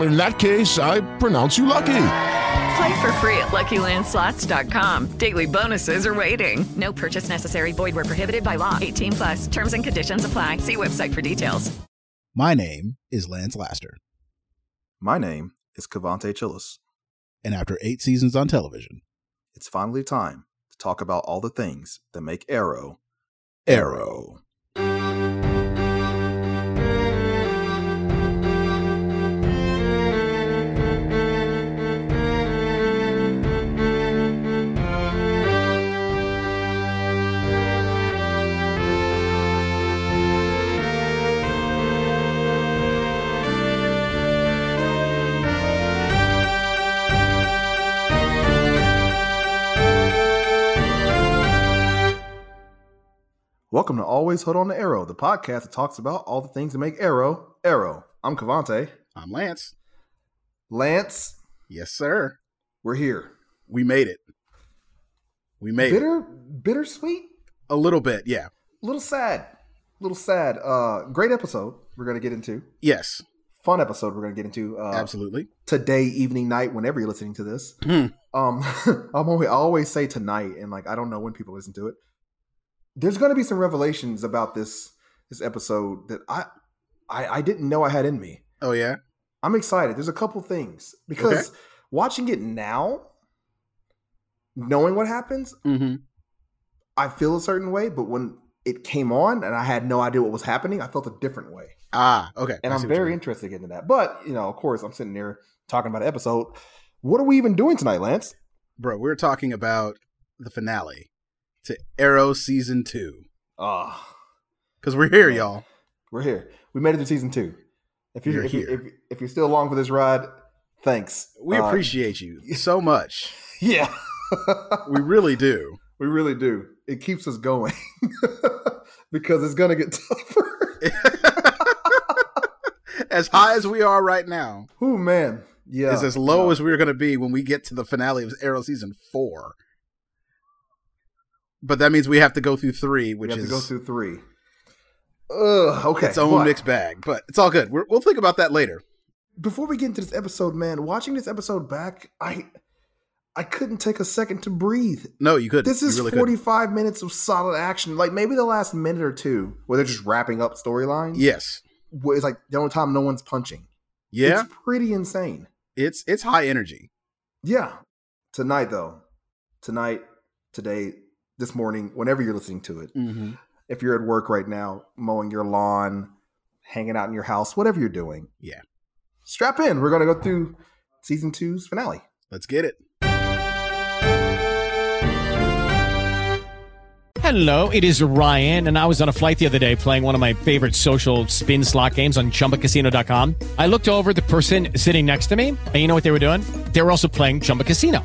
In that case, I pronounce you lucky. Play for free at LuckyLandSlots.com. Daily bonuses are waiting. No purchase necessary. Void where prohibited by law. 18 plus terms and conditions apply. See website for details. My name is Lance Laster, My name is Cavante Chillis. and after eight seasons on television, It's finally time to talk about all the things that make Arrow Arrow. Welcome to Always Hold On to Arrow, the podcast that talks about all the things that make Arrow Arrow. I'm Cavante. I'm Lance. Lance, Yes, sir. we're here. We made it. We made it. Bitter, bittersweet, A little bit, yeah. little sad, little sad. Uh, great episode we're going to get into. Yes, Fun episode we're going to get into. Uh, absolutely. Today, evening, night, whenever you're listening to this. um, I'm always, I always say tonight, and like I don't know when people listen to it. There's going to be some revelations about this this episode that I, I I didn't know I had in me. Oh, yeah. I'm excited. There's a couple things because watching it now, knowing what happens, Mm-hmm. I feel a certain way. But when it came on and I had no idea what was happening, I felt a different way. Ah, okay. And I I'm see what you very mean. interested in that. But you know, of course, I'm sitting there talking about an episode. What are we even doing tonight, Lance? Bro, we're talking about the finale to Arrow Season 2. Ah, Because we're here, y'all. we're here. We made it to season two. If you're, You're if, you, here. if, if you're still along for this ride, thanks. We Uh, appreciate you so much. Yeah, We really do. we really do. It keeps us going because it's gonna get tougher. As high as we are right now Oh man, yeah. is as low as we're going to be when we get to the finale of Arrow Season 4. But that means we have to go through three, we which have is to go through three. Ugh, okay. its own but mixed bag. But it's all good. We're, we'll think about that later. Before we get into this episode, man, watching this episode back, I I couldn't take a second to breathe. No, you could. This You is really could. 45 minutes of solid action. Like maybe the last minute or two where they're just wrapping up storylines. Yes. It's like the only time no one's punching. Yeah. It's pretty insane. It's, it's high energy. Yeah. Tonight though. Tonight, today, this morning, whenever you're listening to it. Mm-hmm. If you're at work right now, mowing your lawn, hanging out in your house, whatever you're doing. Yeah. Strap in. We're gonna go through season two's finale. Let's get it. Hello, it is Ryan, and I was on a flight the other day playing one of my favorite social spin slot games on chumbacasino.com. I looked over at the person sitting next to me, and you know what they were doing? They were also playing Chumba Casino.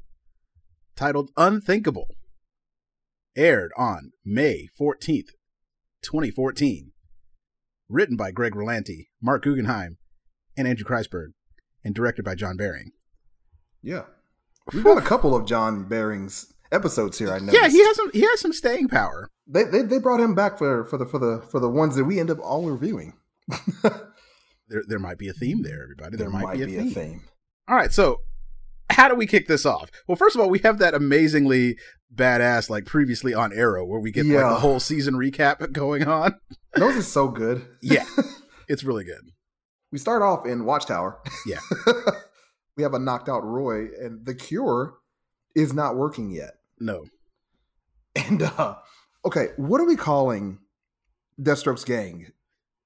titled Unthinkable, aired on May 14th, 2014. Written by Greg Rolanti, Mark Guggenheim, and Andrew Kreisberg, and directed by John Baring. Yeah. We've got a couple of John Baring's episodes here, I know. Yeah, he has some he has some staying power. They, they they brought him back for for the for the for the ones that we end up all reviewing. There there might be a theme there, everybody. There, might, be, a, theme. All right, so how do we kick this off? Well, first of all, we have that amazingly badass like previously on Arrow where we get like Yeah. the whole season recap going on. Those are so good. Yeah. it's really good. We start off in Watchtower. Yeah. we have a knocked out Roy, and the cure is not working yet. No. And uh okay, what are we calling Deathstroke's gang?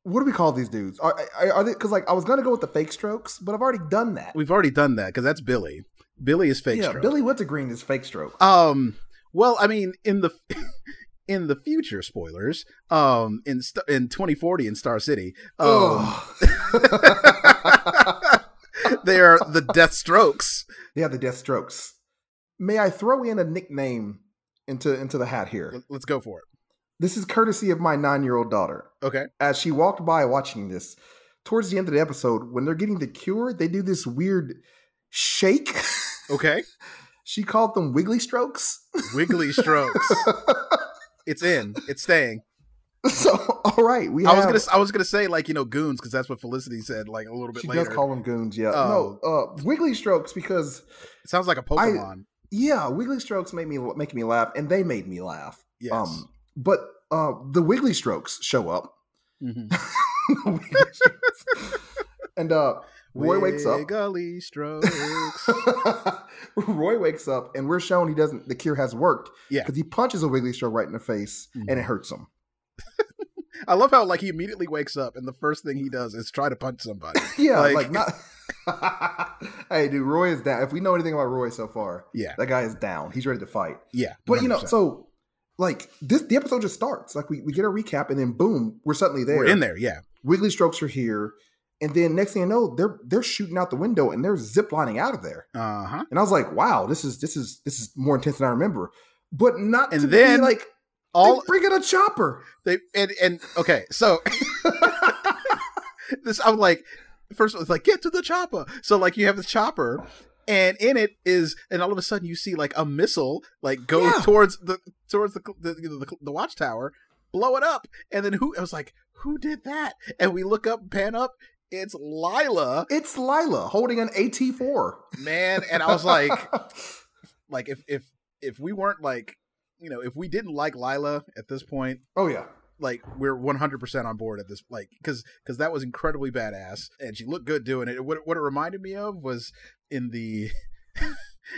What do we call these dudes? Are are, are they? Because like I was gonna go with the Fake Strokes, but I've already done that. We've already done that because that's Billy. Billy is fake yeah, stroke. Billy Wintergreen is Fake Stroke. Um. Well, I mean, in the in the future, spoilers. Um. In st- in 2040 in Star City, um, Ugh. Oh. they are the Death Strokes. They have the Death Strokes. May I throw in a nickname into into the hat here? Let- Let's go for it. This is courtesy of my nine year old daughter. Okay. As she walked by watching this, towards the end of the episode, when they're getting the cure, they do this weird shake. Okay. she called them wiggly strokes. Wiggly Strokes. it's in. It's staying. so, all right, we. I was have- gonna. s- I was gonna say like you know goons because that's what Felicity said like a little bit She later. does call them goons, yeah. Oh. No, uh, wiggly strokes because it sounds like a Pokemon. yeah, wiggly strokes made me make me laugh, and they made me laugh. Um, yes. but uh, the wiggly strokes show up. Mhm. and uh, Roy wakes up. Wiggly Strokes. Roy wakes up, and we're shown he doesn't. The cure has worked. Yeah. Mm-hmm. because he punches a wiggly stroke right in the face, and it hurts him. I love how like he immediately wakes up and the first thing he does is try to punch somebody. Yeah, Like- like, not. hey, dude, Roy is down. If we know anything about Roy so far, Yeah. that guy is down. He's ready to fight. Yeah, But you know, 100%. so like this, the episode just starts. Like we, we get a recap, and then boom, we're suddenly there. we're in there. Yeah, Wiggly strokes are here, and then next thing you know, they're they're shooting out the window and they're ziplining out of there. uh huh. And I was like, wow, this is this is this is more intense than I remember. But not And to then be like All they bring in a chopper. they and and okay, so this I'm like, first of all, it's like get to the chopper. So like you have the chopper, and in it is, and all of a sudden you see like a missile like go Yeah. towards the towards the the, the the watchtower, blow it up, and then who? I was like, who did that? And we look up, pan up. It's Lila, It's Lila holding an AT four. man, and I was like, like if if if we weren't like you know if we didn't like lila at this point oh yeah. like we're 100% on board at this like because because that was incredibly badass and she looked good doing it what, what it reminded me of was in the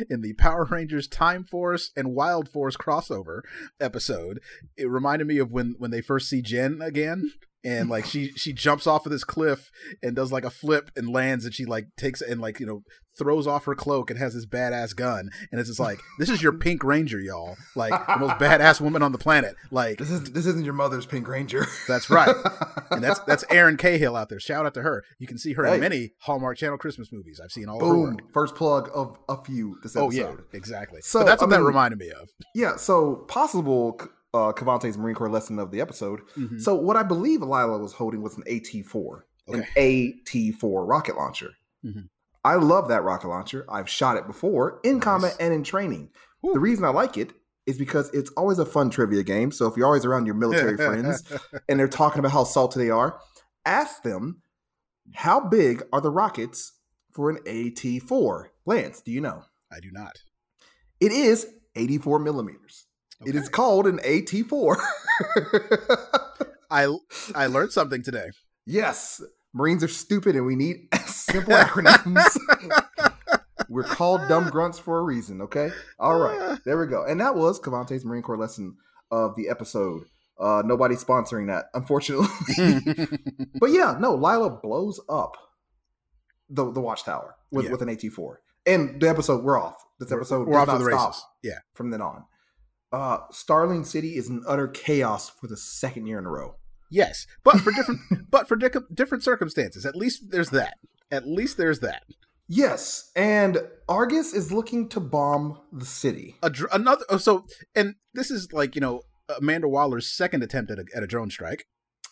in the power rangers time force and wild force crossover episode it reminded me of when when they first see jen again and like she she jumps off of this cliff and does like a flip and lands and she like takes and like you know throws off her cloak and has this badass gun and it's just like this is your pink ranger y'all like the most badass woman on the planet like This is this isn't your mother's Pink Ranger. that's right. and that's that's Aaron Cahill out there. Shout out to her. You can see her Hey. in many Hallmark Channel Christmas movies. I've seen all of her Boom. work. First plug of a few this Oh episode. yeah, exactly. So So, that's what I that mean- reminded me of. Yeah, so possible uh Cavante's Marine Corps lesson of the episode. So what I believe Lila was holding was an AT4, an AT4 rocket launcher. Mhm. I love that rocket launcher. I've shot it before in combat and in training. The reason I like it is because it's always a fun trivia game. So if you're always around your military friends and they're talking about how salty they are, ask them how big are the rockets for an AT4? Lance, do you know? I do not. It is 84 millimeters. It is called an AT4. I I learned something today. yes, Marines are stupid and we need simple acronyms. We're called dumb grunts for a reason, okay? All right, there we go. And that was Cavante's Marine Corps lesson of the episode. Uh, nobody's sponsoring that, unfortunately. but yeah, no, Lila blows up the the watchtower with, Yeah. with an AT four, and the episode we're off. This We're- episode we're does off to not the races. stop Yeah. from then on. Uh, Starling City is in utter chaos for the second year in a row. Yes, but for different, but for dic- different circumstances. At least there's that. At least there's that. Yes, and Argus is looking to bomb the city. A dr- another. Oh, so and this is like you know Amanda Waller's second attempt at a, at a drone strike.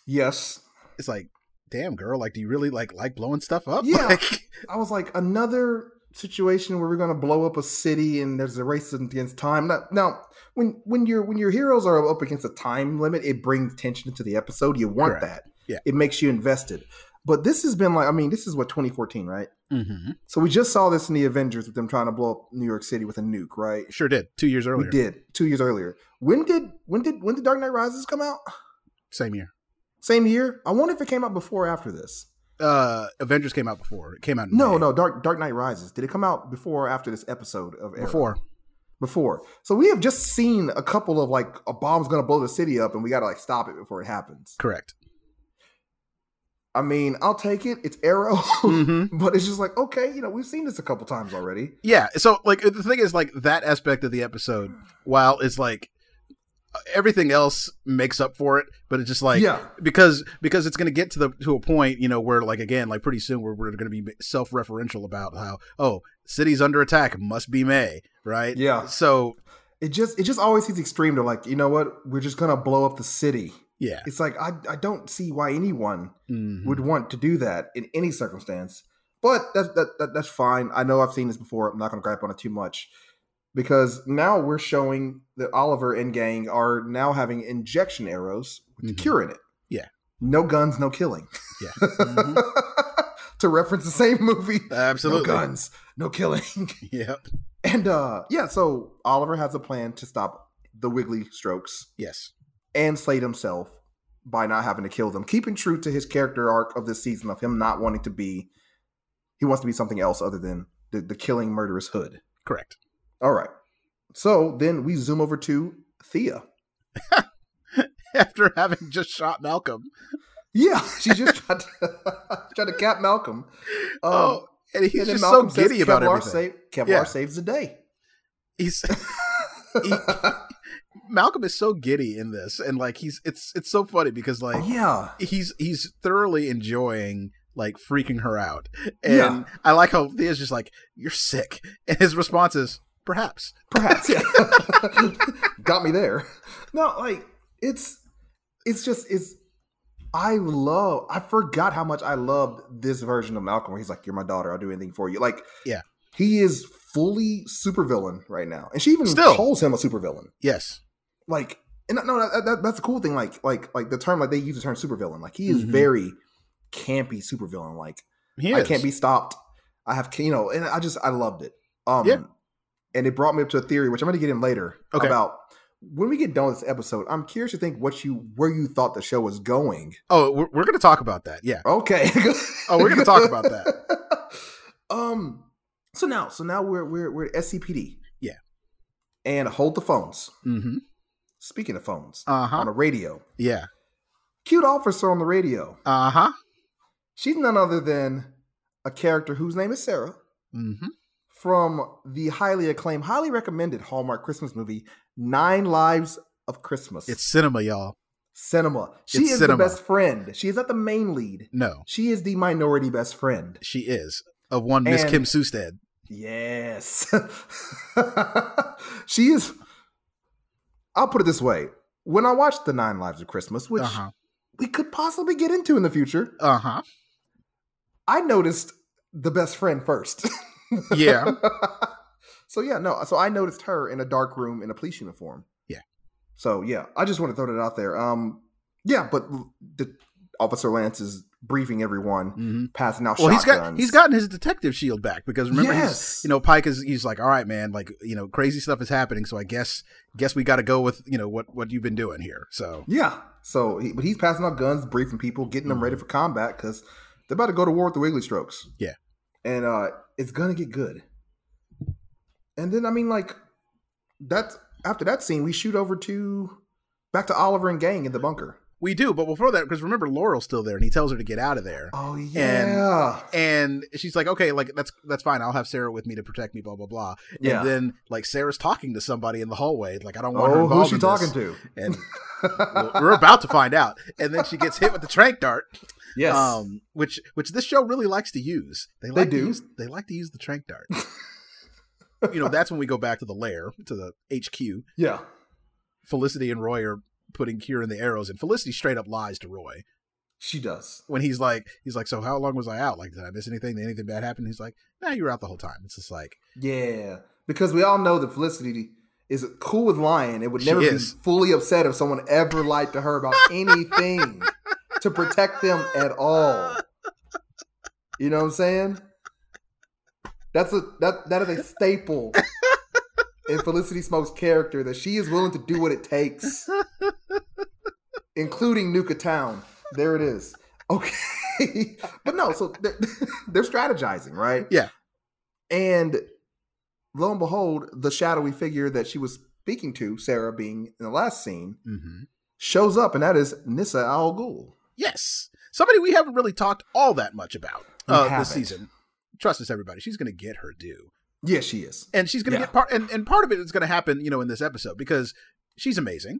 Yes, It's like, damn girl, like do you really like like blowing stuff up? Yeah. Like, I was like, another situation where we're going to blow up a city and there's a race against time. Now, now when when your when your heroes are up against a time limit, it brings tension into the episode. You want Correct. that. Yeah. It makes you invested. But this has been like, I mean, this is what 2014, right? mm-hmm. So we just saw this in the Avengers with them trying to blow up New York City with a nuke, right? sure did two years earlier. We did two years earlier. When did when did when did Dark Knight Rises come out? Same year. Same year. I wonder if it came out before or after this. Uh, Avengers came out before. It came out in No, May. no, Dark Dark Knight Rises. Did it come out before or after this episode of Arrow? before. Before. So we have just seen a couple of like a bomb's gonna blow the city up and we gotta like stop it before it happens. Correct. I mean, I'll take it. It's Arrow, Mhm. but it's just like, okay, you know, we've seen this a couple times already. Yeah. So like the thing is like that aspect of the episode, while it's like everything else makes up for it, but it's just like Yeah. because because it's going to get to the to a point you know where like again like pretty soon we're, we're going to be self referential about how oh city's under attack must be May right Yeah. so It just it just always seems extreme to like, you know what, we're just gonna blow up the city. yeah It's like I I don't see why anyone Mhm. would want to do that in any circumstance. But that's that, that that's fine. I know I've seen this before. I'm not going to gripe on it too much because now we're showing that Oliver and gang are now having injection arrows with Mhm. the cure in it. Yeah. no guns, no killing. Yeah. Mm-hmm. to reference the same movie, no absolutely guns, no killing. yep and uh yeah, so Oliver has a plan to stop the Wiggly Strokes yes and Slade himself by not having to kill them, keeping true to his character arc of this season of him not wanting to be he wants to be something else other than the, the killing murderous hood. correct All right. So then we zoom over to Thea. after having just shot Malcolm Yeah, she just tried to, tried to cap Malcolm. Um, oh and he's and then just Malcolm so says giddy about Kevlar everything Save, Kevlar Yeah. saves the day. he's Malcolm is so giddy in this and like he's it's it's so funny because like Oh, yeah. he's he's thoroughly enjoying like freaking her out. And Yeah. I like how Thea's just like, You're sick. And his response is, Perhaps. perhaps yeah got me there no like it's it's just it's i love i forgot how much i loved this version of malcolm where he's like you're my daughter i'll do anything for you like Yeah. he is fully supervillain right now and she even Still. calls him a supervillain Yes. like and no that, that, that's the cool thing like like like the term like they use the term supervillain like he is Mhm. very campy supervillain like He I is. can't be stopped. I have, you know, and I just, I loved it. Um, Yeah. And it brought me up to a theory, which I'm going to get in later Okay. about when we get done with this episode. I'm curious to think what you, where you thought the show was going. Oh, we're, we're gonna talk about that. Yeah. Okay. Oh, we're gonna talk about that. um. So now, so now we're we're we're at SCPD. Yeah. And hold the phones. Mm-hmm. Speaking of phones, Uh-huh. on a radio, Yeah. cute officer on the radio. Uh-huh. She's none other than a character whose name is Sarah. Mm-hmm. from the highly acclaimed, highly recommended Hallmark Christmas movie, Nine Lives of Christmas. It's cinema, y'all. cinema. She it's is cinema. the best friend. She is not the main lead. No. She is the minority best friend. She is. Of one Miss And- Kim Sustad. Yes. she is. I'll put it this way. When I watched The Nine Lives of Christmas, which Uh-huh. we could possibly get into in the future, Uh-huh. I noticed the best friend first. Yeah. so yeah, no. So I noticed her in a dark room in a police uniform. Yeah. So yeah, I just want to throw that out there. Um, yeah, but the officer Lance is briefing everyone, Mhm. passing out Well, he's shotguns. got he's gotten his detective shield back because remember, he's, Yes. you know, Pike is he's like, all right, man, like you know, crazy stuff is happening, so I guess guess we got to go with you know what what you've been doing here. So yeah. So he, but he's passing out guns, briefing people, getting them ready Mm-hmm. for combat because they're about to go to war with the Wiggly Strokes. Yeah. and uh, it's gonna get good. And then I mean, like that's after that scene, we shoot over to back to Oliver and gang in the bunker. We do, but before that, because remember Laurel's still there, and he tells her to get out of there. Oh yeah. And, and she's like, "Okay, like that's that's fine. I'll have Sarah with me to protect me." Blah blah blah. Yeah. And then like Sarah's talking to somebody in the hallway. Like I don't want her. oh, who's involved she in talking this. to? And well, we're about to find out. And then she gets hit with the trank dart. Yes. Um, which which this show really likes to use. They like do. To use, they like to use the trank dart. you know, that's when we go back to the lair to the HQ. yeah. Felicity and Roy are putting Kira in the arrows, and Felicity straight up lies to Roy She does. when he's like, he's like, so how long was I out? Like, did I miss anything? Did anything bad happen? He's like, no, you were out the whole time. It's just like, Yeah. Because we all know that Felicity is cool with lying and would She never be is. fully upset if someone ever lied to her about anything to protect them at all. You know what I'm saying? That's a that that is a staple in Felicity Smoke's character that she is willing to do what it takes. Including Nuka Town. There it is. Okay. but no, so they're, they're strategizing, right? yeah, And lo and behold, the shadowy figure that she was speaking to, Sarah being in the last scene, hmm shows up, and that is Nissa Al Ghul. yes, somebody we haven't really talked all that much about We uh, this haven't. season. Trust us, everybody. She's going to get her due, Yeah, she is. and she's going to Yeah. get part. And, and part of it is going to happen, you know, in this episode because she's amazing.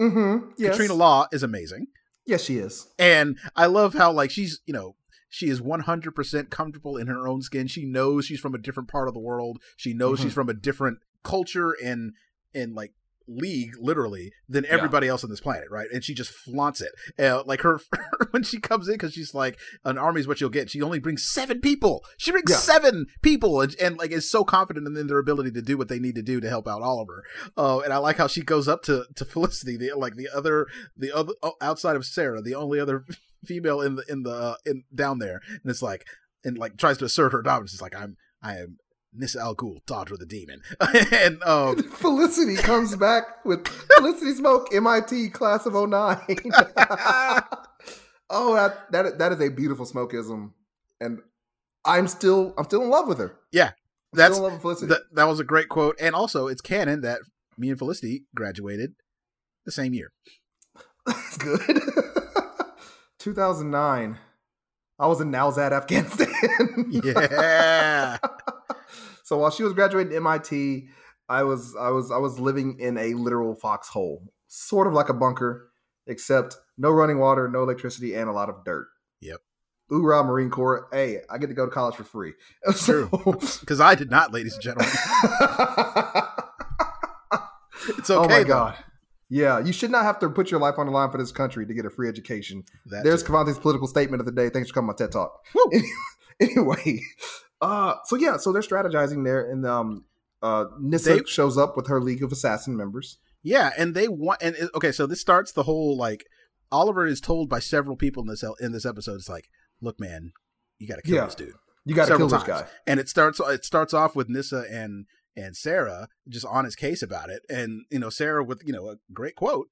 Mm-hmm. Yes. Katrina Law is amazing, Yes, she is. and I love how like she's, you know. She is 100% comfortable in her own skin. She knows she's from a different part of the world. She knows Mhm. she's from a different culture and and like league literally than everybody else on this planet right and she just flaunts it uh, like her when she comes in because she's like an army is what you'll get she only brings seven people she brings Yeah. seven people and, and like is so confident in their ability to do what they need to do to help out oliver uh, and i like how she goes up to to felicity the like the other the other oh, outside of sarah the only other female in the in the uh, in down there and it's like and like tries to assert her dominance it's like i'm i am Nissa Al Ghul, daughter of the demon, and um, Felicity comes back with Felicity Smoke, MIT class of 09. oh, that, that that is a beautiful smokeism, and I'm still I'm still in love with her. Yeah, I'm that's- still in love with Felicity. Th- that was a great quote. And also, it's canon that me and Felicity graduated the same year. That's good. 2009. I was in Nowzad, Afghanistan. Yeah. so while she was graduating MIT, I was I was I was living in a literal foxhole, sort of like a bunker, except no running water, no electricity, and a lot of dirt. Yep. Hoorah, Marine Corps! Hey, I get to go to college for free. True. Because I did not, ladies and gentlemen. It's okay. oh my though. god. Yeah, you should not have to put your life on the line for this country to get a free education. That There's too. Kavante's political statement of the day. Thanks for coming on TED Talk. Woo. anyway, uh, so yeah, so they're strategizing there, and um, uh, Nissa They- shows up with her League of Assassin members. Yeah, and they want and it- okay, so this starts the whole like Oliver is told by several people in this el- in this episode. It's like, look, man, you got to kill Yeah. this dude. You got to several kill this times. guy. And it starts it starts off with Nissa and and Sarah just on his case about it. And you know, Sarah with, you know, a great quote,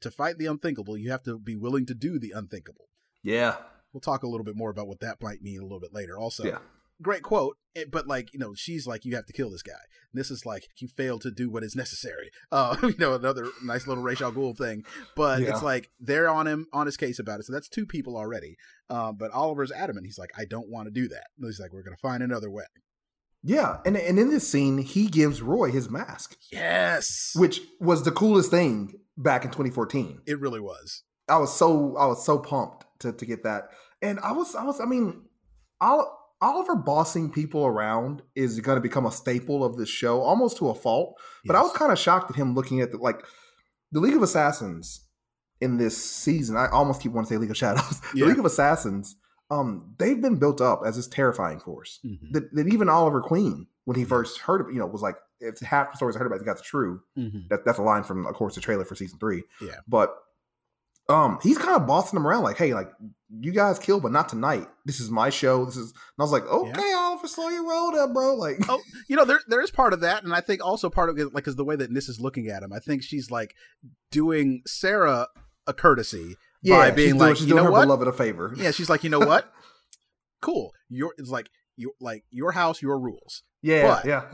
to fight the unthinkable, you have to be willing to do the unthinkable. Yeah, We'll talk a little bit more about what that might mean a little bit later also. yeah, Great quote, eh, but like, you know, she's like you have to kill this guy. And this is like you failed to do what is necessary. Uh, you know, another nice little Rachel Gould thing, but Yeah. it's like they're on him on his case about it. So that's two people already. Um, but Oliver's adamant. He's like, I don't want to do that. And he's like, we're going to find another way. yeah. And and in this scene, he gives Roy his mask, Yes. which was the coolest thing back in 2014. it really was. I was so I was so pumped to to get that, and I was I was I mean, Ol- Oliver bossing people around is going to become a staple of this show, almost to a fault. But I was kind of shocked at him looking at the like the League of Assassins in this season. I almost keep wanting to say League of Shadows. Yeah. The League of Assassins, um, they've been built up as this terrifying force Mhm. that, that even Oliver Queen, when he first heard, of- you know, was like, if half the stories I heard about, it got the true Mhm. that that's a line from of course the trailer for season three Yeah. but um he's kind of bossing them around like hey like you guys kill but not tonight this is my show this is and i was like okay oliver slow your roll up bro like Oh, you know, there there is part of that, and I think also part of it, like, is the way that Nis is looking at him. I think she's like doing Sarah a courtesy by she's being doing- like, she's you doing know her what? beloved a favor Yeah, she's like, you know what? cool. Your it's like you like your house, your rules. yeah but- yeah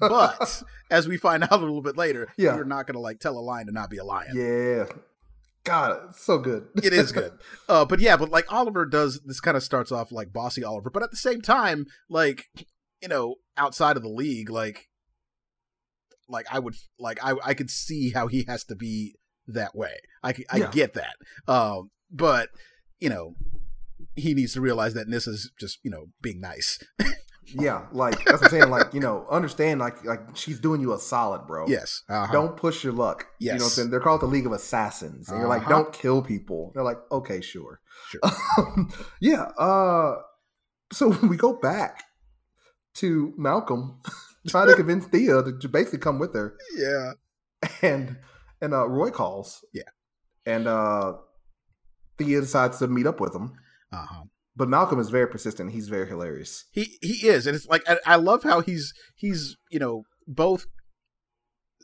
But as we find out a little bit later, Yeah. you're not gonna like tell a line to not be a lion. Yeah. God, it's so good. it is good. Uh, but yeah, but like Oliver does, this kind of starts off like bossy Oliver, but at the same time, like you know, outside of the league, like like I would like I I could see how he has to be that way. I c- I Yeah. get that. Um, but you know, he needs to realize that this is just you know being nice. Yeah, like that's what I'm saying. Like you know, understand like like she's doing you a solid, bro. Yes. Uh-huh. Don't push your luck. You know what I'm Yes. saying? They're called the League of Assassins. And you're like, Uh-huh. don't kill people. They're like, okay, sure. Um, Sure. yeah. Uh, so we go back to Malcolm trying to convince Thea to, to basically come with her. yeah. And and uh, Roy calls. Yeah. And uh, Thea decides to meet up with him. Uh huh. But Malcolm is very persistent. He's very hilarious. he he is and it's like I, I love how he's he's you know both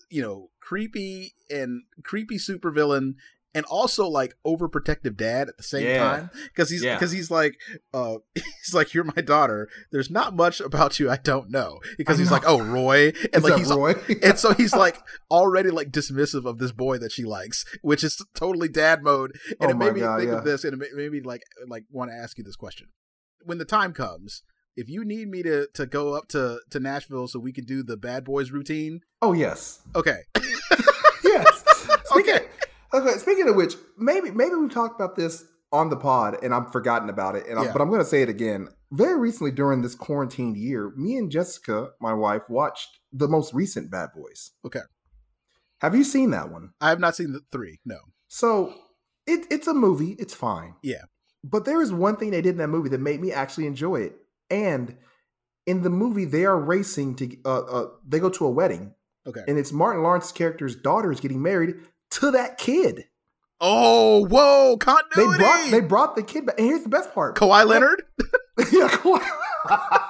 you know creepy and creepy supervillain and also like overprotective dad at the same Yeah. time because he's Yeah. because he's like uh he's like you're my daughter there's not much about you i don't know because he's like oh roy and Is like that he's Roy? and so he's like already like dismissive of this boy that she likes which is totally dad mode and Oh it made my me God, think yeah. of this and it ma- made me like like want to ask you this question when the time comes if you need me to to go up to to nashville so we can do the bad boys routine oh yes. okay yes. Speaking Okay. okay. Speaking of which, maybe maybe we've talked about this on the pod, and I've forgotten about it. And I, Yeah. but I'm going to say it again. Very recently during this quarantine year, me and Jessica, my wife, watched the most recent Bad Boys. Okay. Have you seen that one? i have not seen the three no So it, it's a movie. It's fine. Yeah. But there is one thing they did in that movie that made me actually enjoy it. And in the movie, they are racing to. Uh, uh, they go to a wedding, okay and it's Martin Lawrence's character's daughter is getting married to that kid. oh whoa They continuity brought they brought the kid back. And here's the best part. Kawhi Leonard? yeah, Kawhi.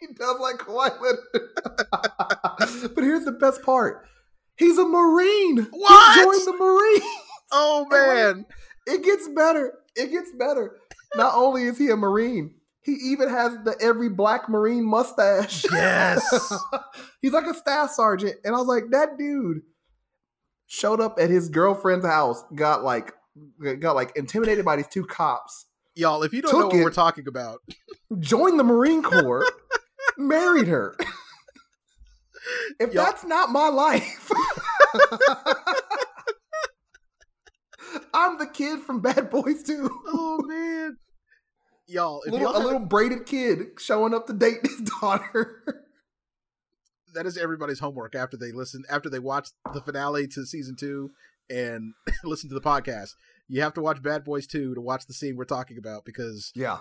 he does like Kawhi Leonard. but here's the best part. He's a Marine. What? He joined the Marine. Oh man. It gets better. It gets better. Not only is he a Marine, he even has the every black Marine mustache. Yes. He's like a staff sergeant. And I was like, that dude showed up at his girlfriend's house, got like got like intimidated by these two cops, Y'all, if you don't Took know what it. we're talking about, joined the Marine Corps, married her. If Y'all- that's not my life. I'm the kid from Bad Boys 2. oh man. Y'all, if Little- y'all a haven't- little braided kid showing up to date his daughter. that is everybody's homework after they listen after they watch the finale to season two and listen to the podcast you have to watch bad boys 2 to watch the scene we're talking about because Yeah.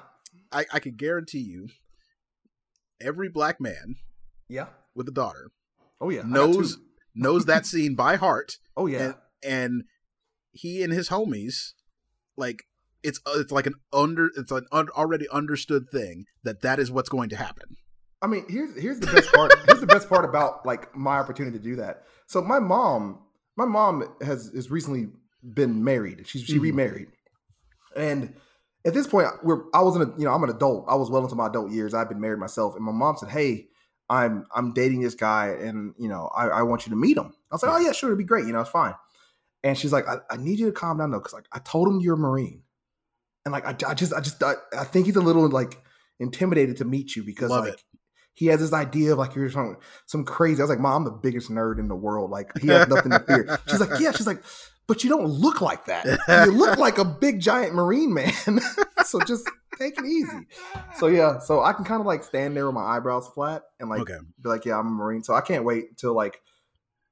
i, I can guarantee you every black man Yeah. with a daughter Oh yeah. I got knows two. knows that scene by heart Oh yeah. and, and he and his homies like it's uh, it's like an under it's an un, already understood thing that that is what's going to happen I mean, here's here's the best part. here's the best part about like my opportunity to do that. So my mom, my mom has has recently been married. She's she Mhm. remarried, and at this point, we're I was in a you know I'm an adult. I was well into my adult years. I've been married myself, and my mom said, "Hey, I'm I'm dating this guy, and you know I, I want you to meet him." I was like, "Oh yeah, sure, it'd be great. You know, it's fine." And she's like, "I, I need you to calm down though, because like I told him you're a marine, and like I, I just I just I, I think he's a little like intimidated to meet you because Love like." it. He has this idea of like you're some, some crazy. I was like, Mom, I'm the biggest nerd in the world. Like he has nothing to fear. She's like, Yeah. She's like, But you don't look like that. You look like a big giant marine man. so just take it easy. So yeah, so I can kind of like stand there with my eyebrows flat and like okay be like, Yeah, I'm a marine. So I can't wait until like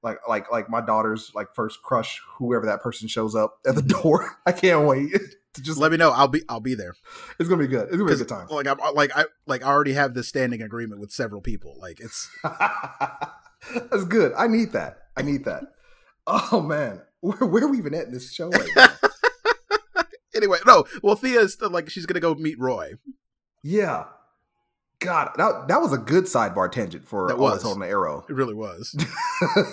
like like like my daughter's like first crush, whoever that person shows up at the door. I can't wait to just. just let me know i'll be i'll be there It's gonna be good. It's gonna be a good 'Cause, time. Like I'm uh, like I like I already have this standing agreement with several people. Like it's That's good. I need that. I need that. Oh man, where, where are we even at in this show? Right now? anyway. No, well Thea's still, like she's gonna go meet Roy. yeah. God, that, that was a good sidebar tangent for That Always was. holding the arrow. It really was.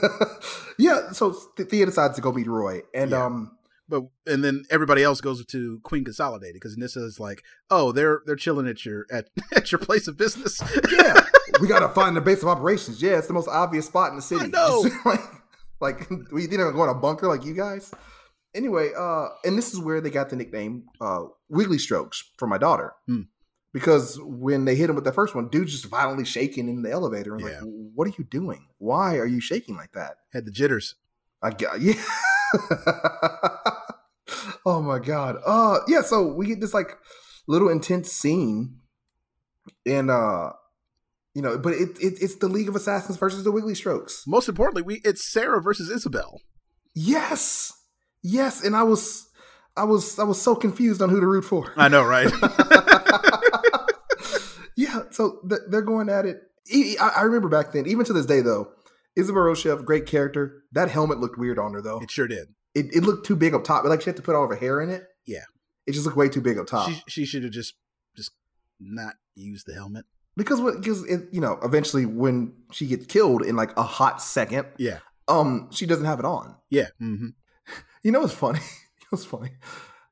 yeah, so Th- Thea decides to go meet Roy, and Yeah. um, But and then everybody else goes to Queen Consolidated because Nissa's like, oh, they're they're chilling at your at, at your place of business. yeah, we gotta find the base of operations. Yeah, it's the most obvious spot in the city. know. like, like we didn't go in a bunker like you guys. Anyway, uh, and this is where they got the nickname uh, Wiggly Strokes for my daughter. Hmm. Because when they hit him with the first one, dude just violently shaking in the elevator. And Yeah. like, what are you doing? Why are you shaking like that? Had the jitters. I got yeah. oh my god. Uh yeah, so we get this like little intense scene. And uh you know, but it, it it's the League of Assassins versus the Wiggly Strokes. Most importantly, we it's Sarah versus Isabel. Yes. Yes, and I was I was I was so confused on who to root for. I know, right? yeah, so th- they're going at it. E- e- I I remember back then, even to this day though, Isabel Rochev, great character. That helmet looked weird on her though. it sure did. It, it looked too big up top. Like she had to put all of her hair in it. Yeah. It just looked way too big up top. She, she should have just just not used the helmet. because what because it you know eventually when she gets killed in like a hot second Yeah. um she doesn't have it on Yeah. hmm you know what's funny it was funny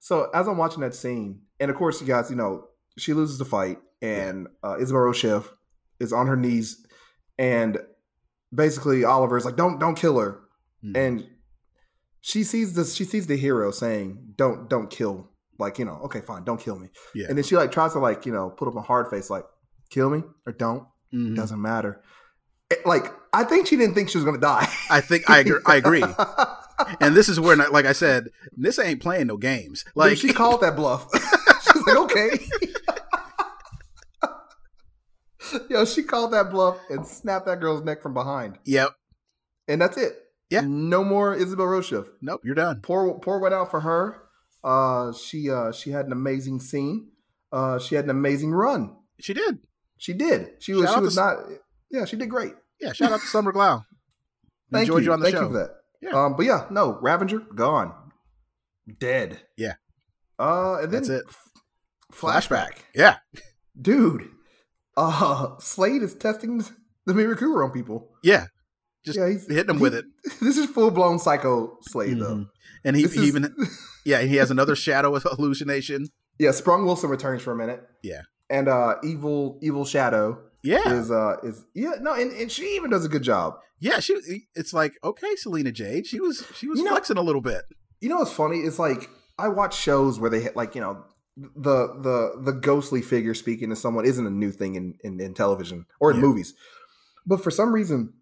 so as i'm watching that scene and of course you guys you know she loses the fight and uh isabel rochev is on her knees and basically oliver's like don't don't kill her Mhm. and she sees this she sees the hero saying don't don't kill like you know okay fine don't kill me Yeah. and then she like tries to like you know put up a hard face like kill me or don't Mhm. doesn't matter. It- like I think she didn't think she was gonna die. I think I agree. I agree. And this is where, like I said, this ain't playing no games. Like Like she called that bluff. She's like, okay. Yo, she called that bluff and snapped that girl's neck from behind, Yep. and that's it. Yeah. no more Isabel Rochev. Nope. You're done. Poor, poor went out for her. Uh, she uh, she had an amazing scene. Uh, she had an amazing run. She did. She did. She was Shout she out was to- not. Yeah, she did great. Yeah. Shout out to Summer Glau. Thank Enjoyed you, on the Thank show. you for that. Yeah. Um, but yeah, no, Ravenger gone, dead. Yeah. Uh, and then That's it. f- Flashback, Yeah. dude. Uh, Slade is testing the Mirakura on people. Yeah. Just Yeah, he's- hitting him with it. This is full blown psycho Slade though. Mhm. And he, This he is- even yeah he has another shadow of hallucination. Yeah, Sprung Wilson returns for a minute. Yeah. And uh, evil evil shadow Yeah. is uh is yeah no and, and she even does a good job. Yeah. She. It's like okay, Selena Jade. She was she was You know- flexing a little bit. You know what's funny? It's like I watch shows where they hit like, you know, the the the ghostly figure speaking to someone isn't a new thing in, in, in television or in Yeah. movies. But for some reason,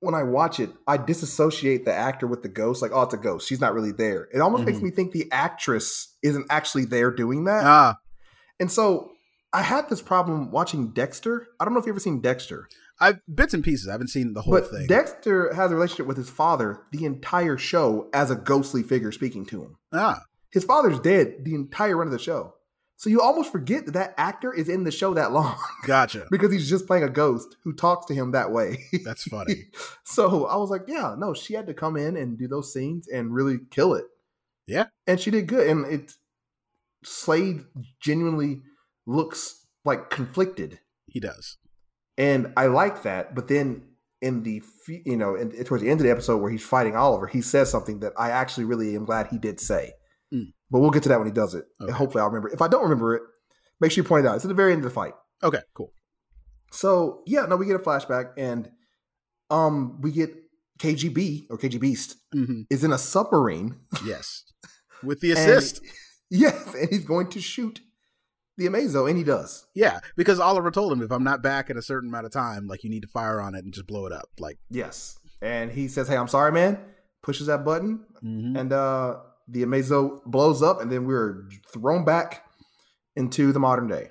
when I watch it, I disassociate the actor with the ghost, like, oh, it's a ghost. She's not really there. It almost makes Mhm. me think the actress isn't actually there doing that. Ah, and so I had this problem watching Dexter. I don't know if you've ever seen Dexter, I bits and pieces. I haven't seen the whole but thing. Dexter has a relationship with his father the entire show as a ghostly figure speaking to him. ah, his father's dead the entire run of the show. So you almost forget that that actor is in the show that long gotcha. because he's just playing a ghost who talks to him that way. That's funny. so I was like, yeah, no, she had to come in and do those scenes and really kill it. Yeah. And she did good. And it Slade genuinely looks like conflicted. He does. And I like that, but then in the fe- you know, in, towards the end of the episode where he's fighting Oliver, he says something that I actually really am glad he did say. Mm. But we'll get to that when he does it. And Okay. hopefully, I'll remember. it. If I don't remember it, make sure you point it out. It's at the very end of the fight. Okay, cool. So yeah, no, we get a flashback, and um, we get KGB or KG Beast hmm is in a submarine. Yes, with the and- assist. yes, and he's going to shoot the Amazo, and he does. yeah, because Oliver told him if I'm not back in a certain amount of time, like you need to fire on it and just blow it up. Like, Yes. And he says, Hey, I'm sorry, man. Pushes that button. Mhm. And uh, the Amazo blows up. And then we're thrown back into the modern day.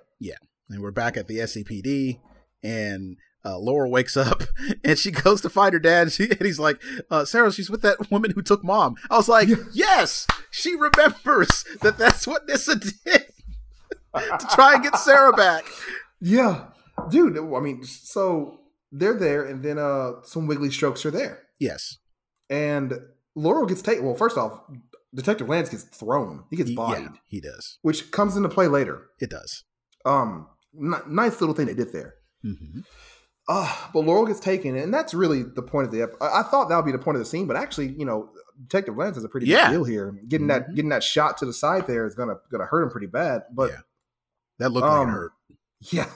and we're back at the SCPD, and uh, Laura wakes up and she goes to find her dad. And, she, and he's like, uh, "Sarah, she's with that woman who took mom." I was like, "Yes, she remembers that. That's what Nissa did to try and get Sarah back." Yeah. Dude, I mean, so they're there. And then uh, some wiggly strokes are there. Yes, And Laurel gets taken. Well, first off, Detective Lance gets thrown, he gets He- bodied, yeah, he does. which comes into play later. It does. Um, n- Nice little thing they did there. hmm Uh, but Laurel gets taken, and that's really the point of the episode. I I thought that would be the point of the scene, but actually, you know, Detective Lance is a pretty Yeah. Mm-hmm. big deal here. Getting that getting that shot to the side there is gonna gonna hurt him pretty bad. But Yeah. That looked like Um, it hurt. yeah,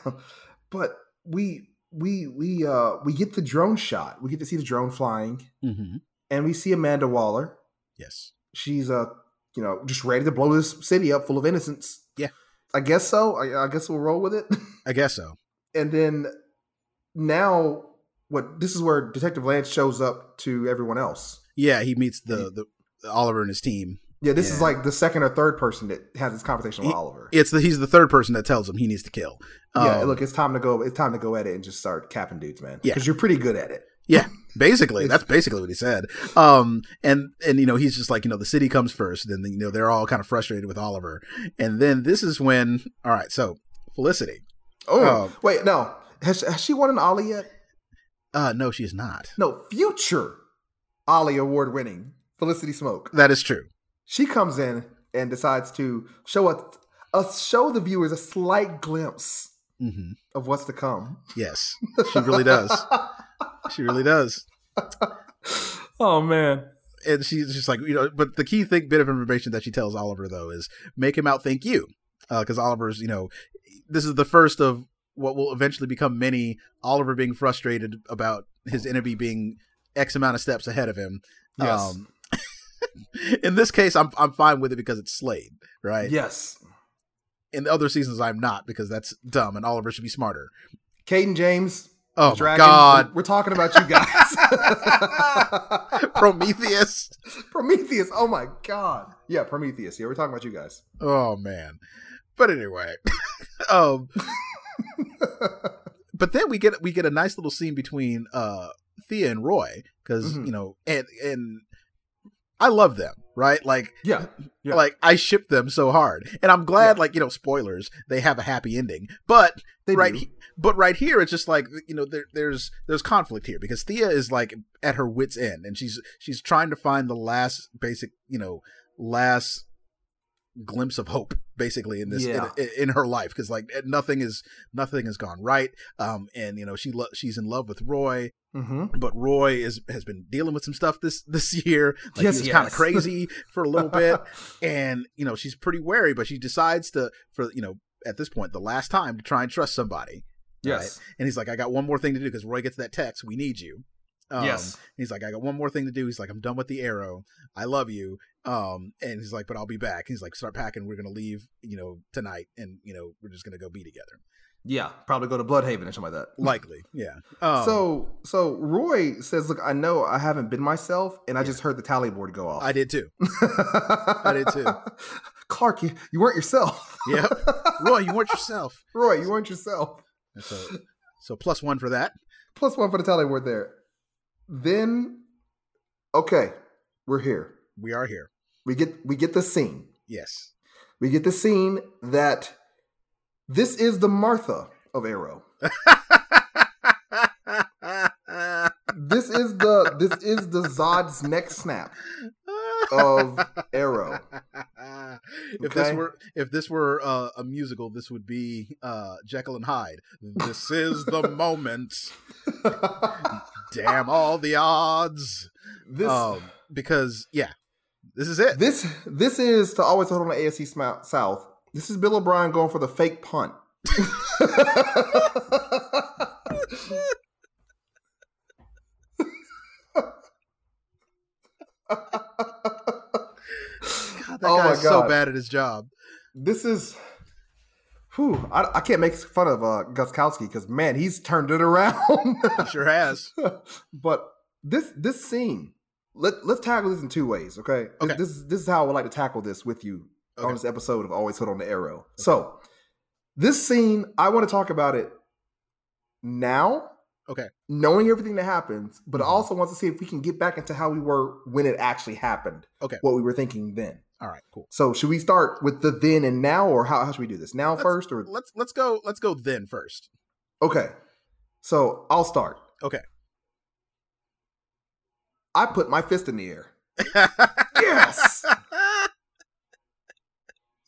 but we we we uh we get the drone shot. We get to see the drone flying, Mm-hmm. and we see Amanda Waller. Yes. She's uh you know just ready to blow this city up full of innocents. Yeah. I guess so. I, I guess we'll roll with it. I guess so. and then now what? This is where Detective Lance shows up to everyone else. Yeah, he meets the the Oliver and his team. Yeah, this is like the second or third person that has this conversation with He- Oliver. It's the he's the third person that tells him he needs to kill. Yeah, Um, look, it's time to go. It's time to go at it and just start capping dudes, man. Yeah. because you're pretty good at it. Yeah, basically, that's basically what he said. Um, and and you know he's just like you know the city comes first, and you know they're all kind of frustrated with Oliver, and then this is when all right, so Felicity. Oh, Um, wait, no, has, has she won an Ollie yet? Uh, no, she is not. No, future Ollie award winning Felicity Smoke. That is true. She comes in and decides to show us, us show the viewers a slight glimpse hmm of what's to come. Yes, she really does. she really does. Oh man, And she's just like you know, but the key thing, bit of information that she tells Oliver though is make him outthink you, because Oliver's you know, this is the first of what will eventually become many. Oliver being frustrated about his enemy being X amount of steps ahead of him. Um, Yes. in this case, I'm I'm fine with it because it's Slade, right? yes. In the other seasons, I'm not because that's dumb, and Oliver should be smarter. Caden James. Oh my Dragon, God. we're- we're talking about you guys. Prometheus. Prometheus. Oh my god. Yeah, Prometheus. Yeah, we're talking about you guys. Oh man. But anyway. um But then we get we get a nice little scene between uh Thea and Roy because Mhm. you know and and I love them, right? Like Yeah. Yeah. like I ship them so hard. And I'm glad like, you know, spoilers, they have a happy ending. But They right do. he- but right here it's just like you know there, there's there's conflict here because Thea is like at her wits end and she's she's trying to find the last basic, you know, last glimpse of hope basically in this Yeah. in, in her life because like nothing is nothing has gone right um and you know she lo- she's in love with roy Mm-hmm. but roy is has been dealing with some stuff this this year like Yes, he's he kind of has. crazy for a little bit and you know she's pretty wary but she decides to for you know at this point the last time to try and trust somebody Yes. and he's like i got one more thing to do because roy gets that text we need you um, Yes. He's like, I got one more thing to do. He's like, I'm done with the arrow. I love you. Um, and he's like, but I'll be back. He's like, start packing. We're gonna leave, you know, tonight, and you know, we're just gonna go be together. Yeah. Probably go to Bloodhaven or something like that. Likely, yeah. Um, so so Roy says, Look, I know I haven't been myself, and I just heard the tally board go off. I did too. I did too. Clark, you, you weren't yourself. Yeah, Roy, you weren't yourself. Roy, you weren't yourself. And So, so plus one for that. Plus one for the tally board there. Then okay, we're here. We are here. We get we get the scene. Yes, we get the scene that this is the Martha of Arrow. This is the this is the Zod's neck snap of Arrow. If this Okay. were if this were uh, a musical, this would be uh, Jekyll and Hyde. This is the moment. Damn all the odds. This um, because yeah, this is it. this this is to always hold on to AFC Sma- South. This is Bill O'Brien going for the fake punt. God, that oh guy my is so God. bad at his job. this is whew, I, I can't make fun of uh, Guskowski because man, he's turned it around. He sure has. but this this scene, let let's tackle this in two ways, okay? This- Okay. This is- this is how I would like to tackle this with you Okay. on this episode of Always Hood on the Arrow. So this scene, I want to talk about it now. Okay. Knowing everything that happens, but I Mm-hmm. also want to see if we can get back into how we were when it actually happened. Okay. What we were thinking then. All right, cool. So should we start with the then and now, or how, how should we do this? Now Let's- first, or Let's let's go let's go then first. okay? So I'll start. Okay. I put my fist in the air. Yes.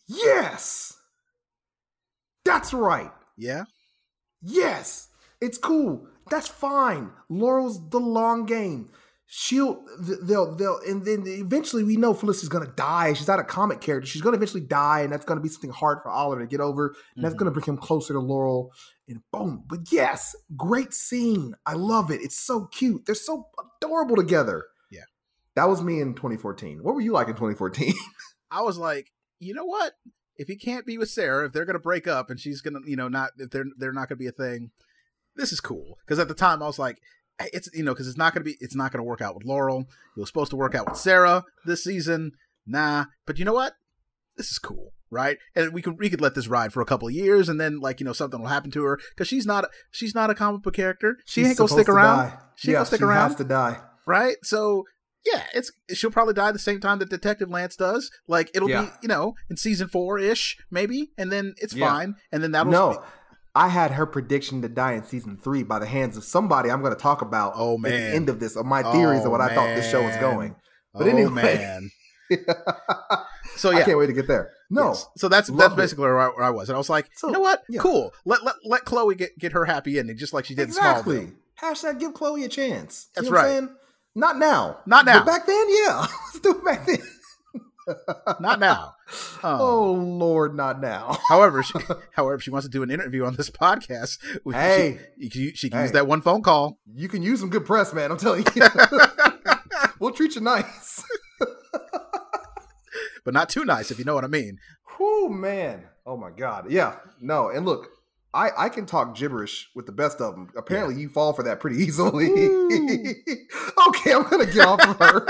yes. That's right. yeah. Yes. It's cool. That's fine. Laurel's the long game. she'll th- they'll they'll and then eventually we know Felicity's gonna die. She's not a comic character. She's gonna eventually die, and that's gonna be something hard for Oliver to get over. And that's Mhm. gonna bring him closer to Laurel. And boom. But yes, great scene. I love it. It's so cute. They're so adorable together. Yeah. That was me in 2014. What were you like in 2014? I was like, you know what? If he can't be with Sarah, if they're gonna break up and she's gonna, you know, not if they're they're not gonna be a thing, this is cool. Because at the time I was like, hey, it's you know, because it's not gonna be, it's not gonna work out with Laurel. It was supposed to work out with Sarah this season. Nah, but you know what? This is cool, right? And we could we could let this ride for a couple of years, and then like you know something will happen to her because she's not she's not a comic book character. She ain't gonna supposed stick to around. die. She ain't yeah, gonna stick she around has to die. right? So yeah, it's she'll probably die the same time that Detective Lance does. Like it'll be Yeah. you know in season four ish maybe, and then it's Yeah. fine, and then that'll No. I had her prediction to die in season three by the hands of somebody I'm going to talk about Oh, at the man. end of this, of my theories Oh, of what I thought this show was man. going. But oh anyway, man. So I yeah. can't wait to get there. No, Yes. So that's Loved that's it. basically where I, where I was, and I was like, So, you know what? yeah. Cool. Let let let Chloe get, get her happy ending, just like she did in Smallville. exactly. Hashtag give Chloe a chance. That's what right. saying? Not now. Not now. But back then, yeah. Let's do it back then. Not now. Um, Oh Lord, not now. However, she, however, if she wants to do an interview on this podcast. we- Hey. she, she, she can Hey. use that one phone call. You can use some good press, man. I'm telling you. we'll treat you nice. but not too nice, if you know what I mean. Whew, man. Oh my God. Yeah. No. And look, I I can talk gibberish with the best of them. Apparently, you fall for that pretty easily. okay, I'm gonna get off of her.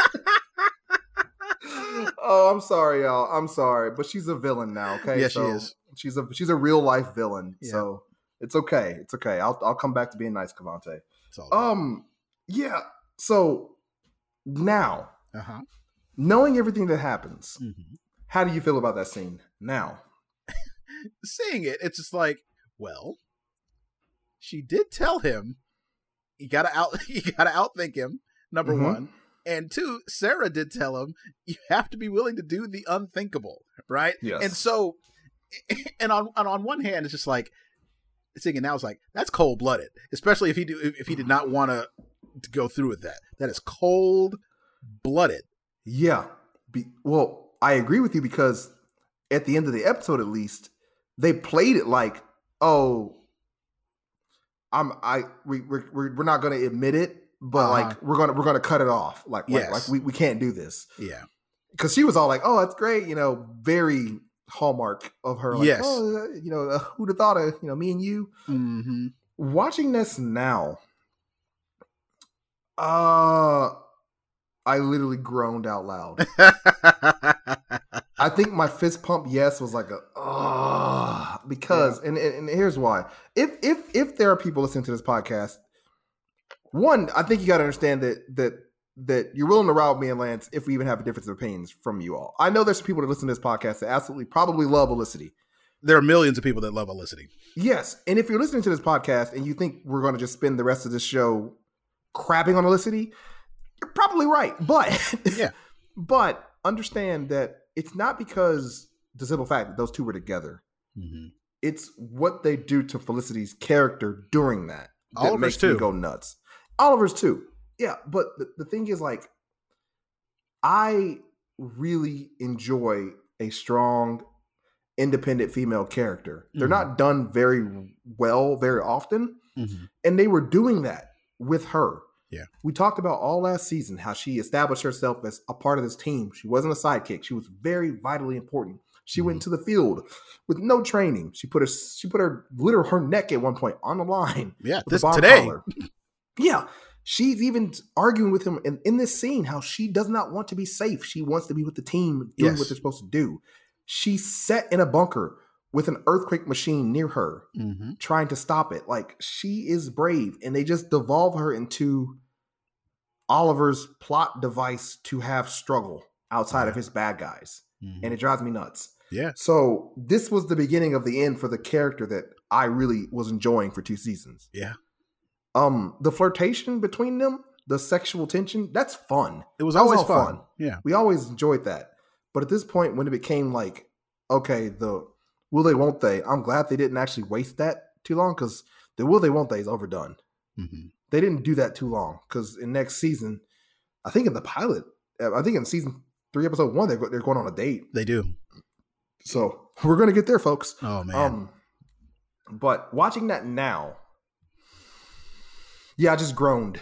oh, I'm sorry, y'all. I'm sorry, but she's a villain now. Okay. Yeah, she is. She's a she's a real life villain. Yeah. So it's okay. It's okay. I'll I'll come back to being nice, Cavante. It's all Um. Yeah. So now, uh huh. knowing everything that happens, Mm-hmm. how do you feel about that scene now? seeing it, it's just like, well, she did tell him you gotta out you gotta outthink him, number Mhm. one. And two, Sarah did tell him you have to be willing to do the unthinkable, right? Yes. And so and on and on one hand, it's just like seeing it now is like, that's cold blooded. Especially if he do if he did not want to go through with that. That is cold blooded. Yeah. Be, well, I agree with you because at the end of the episode, at least, they played it like, oh, I'm I we we're, we're we're not gonna admit it, but Uh-huh. like we're gonna we're gonna cut it off. Like like, Yes. like we, we can't do this Yeah. because she was all like, oh, that's great, you know, very hallmark of her. Like, Yes. oh, uh, you know, uh, who'd have thought of you know me and you Mm-hmm. watching this now uh i literally groaned out loud i think my fist pump yes was like a ah because and, and and here's why if if if there are people listening to this podcast one i think you got to understand that that that you're willing to route me and lance if we even have a difference of opinions from you all i know there's some people that listen to this podcast that absolutely probably love elicity There are millions of people that love Elicity. Yes, and if you're listening to this podcast and you think we're going to just spend the rest of this show crapping on Elicity, you're probably right. But Yeah. but understand that it's not because the simple fact that those two were together. Mm-hmm. It's what they do to Felicity's character during that that Oliver's makes me too. go nuts. Oliver's too. Yeah, but the, the thing is, like, I really enjoy a strong, independent female character. They're Mm-hmm. not done very well very often, Mhm. and they were doing that with her. Yeah. we talked about all last season how she established herself as a part of this team. She wasn't a sidekick. She was very vitally important. She went to Mm-hmm. the field with no training. She put her she put her literal her neck at one point on the line Yeah, with a this bomb today. collar. Yeah. She's even arguing with him in, in this scene how she does not want to be safe. She wants to be with the team, doing what Yes. they're supposed to do. She's set in a bunker with an earthquake machine near her, Mm-hmm. trying to stop it. Like she is brave, and they just devolve her into Oliver's plot device to have struggle outside of his bad guys. Mm-hmm. And it drives me nuts. Yeah. So this was the beginning of the end for the character that I really was enjoying for two seasons. Yeah. Um, the flirtation between them, the sexual tension, that's fun. It was That was always all fun. fun. Yeah. We always enjoyed that. But at this point, when it became like, okay, the will they won't they, I'm glad they didn't actually waste that too long because the will they won't they is overdone. Mm-hmm. They didn't do that too long because in next season, I think in the pilot, uh, I think in season three, episode one, they're go- they're going on a date. They do. So we're gonna get there, folks. Um, Oh man. but watching that now, yeah, I just groaned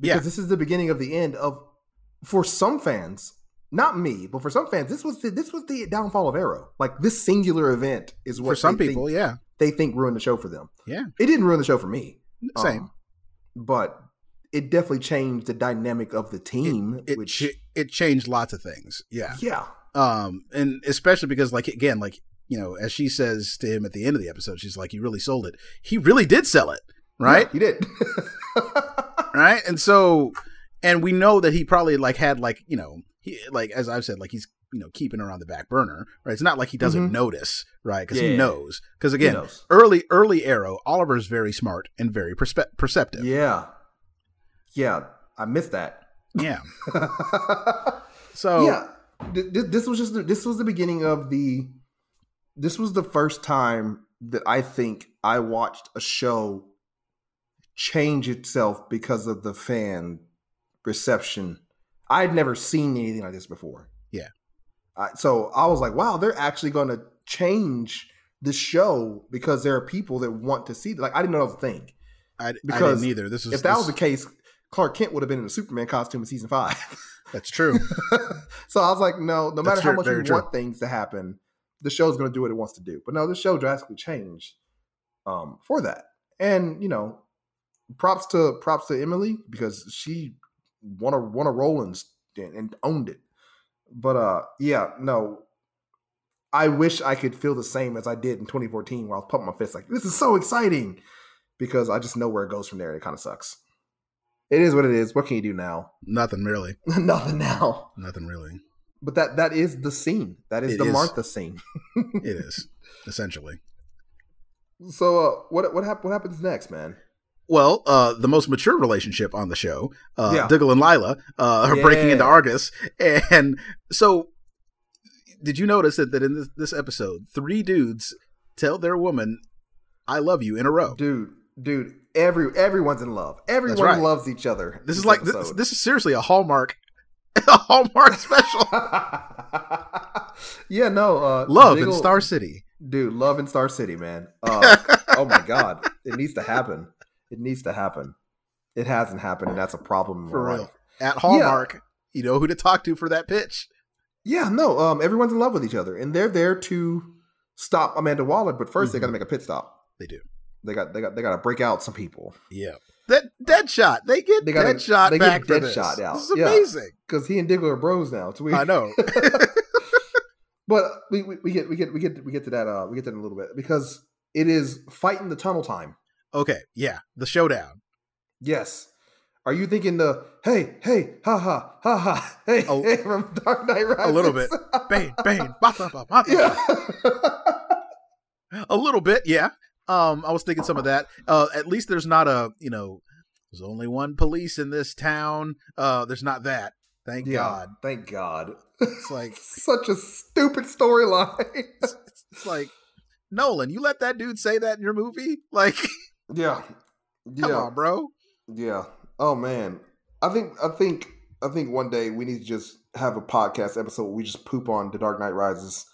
because Yeah. this is the beginning of the end of for some fans. Not me, but for some fans, this was the, this was the downfall of Arrow. Like this singular event is what For some they think- people, yeah. they think ruined the show for them. Yeah. It didn't ruin the show for me. Same. Um, but it definitely changed the dynamic of the team. it which cha- it changed lots of things. Yeah. yeah, Um, and especially because like again, like you know, as she says to him at the end of the episode, she's like, "You really sold it." He really did sell it, right? you did. right? And so, and we know that he probably like had like you know he like as I've said like he's you know keeping her on the back burner, right? It's not like he doesn't notice, right? Because he Mm-hmm. Yeah. knows. Because again, knows. early early Arrow, Oliver's very smart and very perspe- perceptive. yeah, yeah. I missed that. Yeah. Oh. So yeah, Th- th- this was just the, this was the beginning of the. This was the first time that I think I watched a show change itself because of the fan reception. I had never seen anything like this before. Yeah. I, so I was like, wow, they're actually going to change the show because there are people that want to see. Like I didn't know that was a thing. I, I Because didn't either. This is if that this- was the case, Clark Kent would have been in a Superman costume in season five. that's true. so I was like, no, no matter That's true, how much very we true. want things to happen, the show's going to do what it wants to do. But no, the show drastically changed um, for that. And you know, props to props to Emily because she won a won a role and s- and, and owned it. But uh, yeah, no. I wish I could feel the same as I did in 2014, where I was pumping my fist like, "This is so exciting," because I just know where it goes from there. and It kind of sucks. It is what it is. What can you do now? Nothing really. Nothing now Nothing really. but that that is the scene. That is It the is. Martha scene. It is essentially. So uh, what what hap- what happens next, man? Well, uh, the most mature relationship on the show, uh, Yeah. Diggle and Lila, uh, are breaking Yeah. into Argus, and so did you notice that, that in this, this episode, three dudes tell their woman, "I love you" in a row. Dude, dude, every everyone's in love. Everyone right. loves each other. this is like this, episode. this is seriously a hallmark, a hallmark special. yeah, no, uh love in Diggle- Star City. Dude, love in Star City, man. Uh, oh my god. It needs to happen. It needs to happen. It hasn't happened, and that's a problem in For my real. life. At Hallmark, you know who to talk to for that pitch. Yeah, no, um, everyone's in love with each other, and they're there to stop Amanda Waller, but 1st they Mm-hmm. gotta make a pit stop. They do. They got they got they gotta break out some people. Yeah. That dead shot. They get They gotta- dead shot they get back for this. Deadshot out. This is Yeah. amazing. because he and Diggle are bros now. It's weird. I know. but we, we, we get we get we get we get to that uh we get to that in a little bit because it is fighting the tunnel time. Okay, yeah, the showdown. Yes. Are you thinking the hey hey ha ha ha ha hey, A- hey from Dark Knight Rises? Oh. A little bit. Bang, bang, bop, bop, bop, bop. yeah. A little bit, yeah. Um, I was thinking some of that. Uh, at least there's not a, you know, there's only one police in this town. Uh, there's not that. Thank yeah. God. Thank God. It's like, Such a stupid storyline. it's like, Nolan, you let that dude say that in your movie? Like, yeah. come Yeah. on, bro. Yeah. Oh man. I think I think I think one day we need to just have a podcast episode where we just poop on The Dark Knight Rises.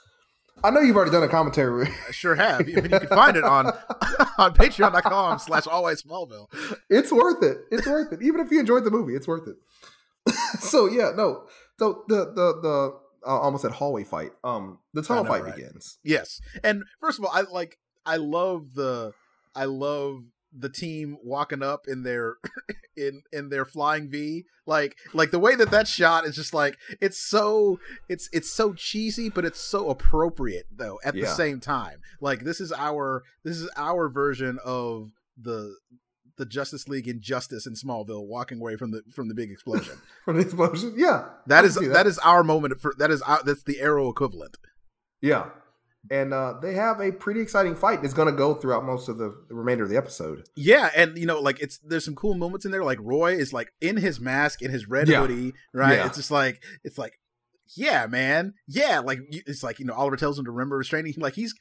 I know you've already done a commentary. I sure have. You, you can find it on on patreon.com slash always Smallville. it's worth it. It's worth it. Even if you enjoyed the movie, it's worth it. so yeah, no. So the the the I almost said hallway fight. Um the tunnel know, fight right? begins. Yes. And first of all, I like I love the I love the team walking up in their in in their flying V. Like like the way that that shot is just like it's so it's it's so cheesy but it's so appropriate though at the Yeah. same time. Like this is our this is our version of the the Justice League injustice in Smallville walking away from the from the big explosion. From the explosion. Yeah. I That can is see that is our moment for that is our, that's the arrow equivalent. Yeah. And uh, they have a pretty exciting fight that's gonna go throughout most of the the remainder of the episode. Yeah, and you know, like it's there's some cool moments in there. Like Roy is like in his mask, in his red Yeah. hoodie, right? Yeah. It's just like it's like yeah, man, yeah, like you- it's like you know Oliver tells him to remember restraining, like he's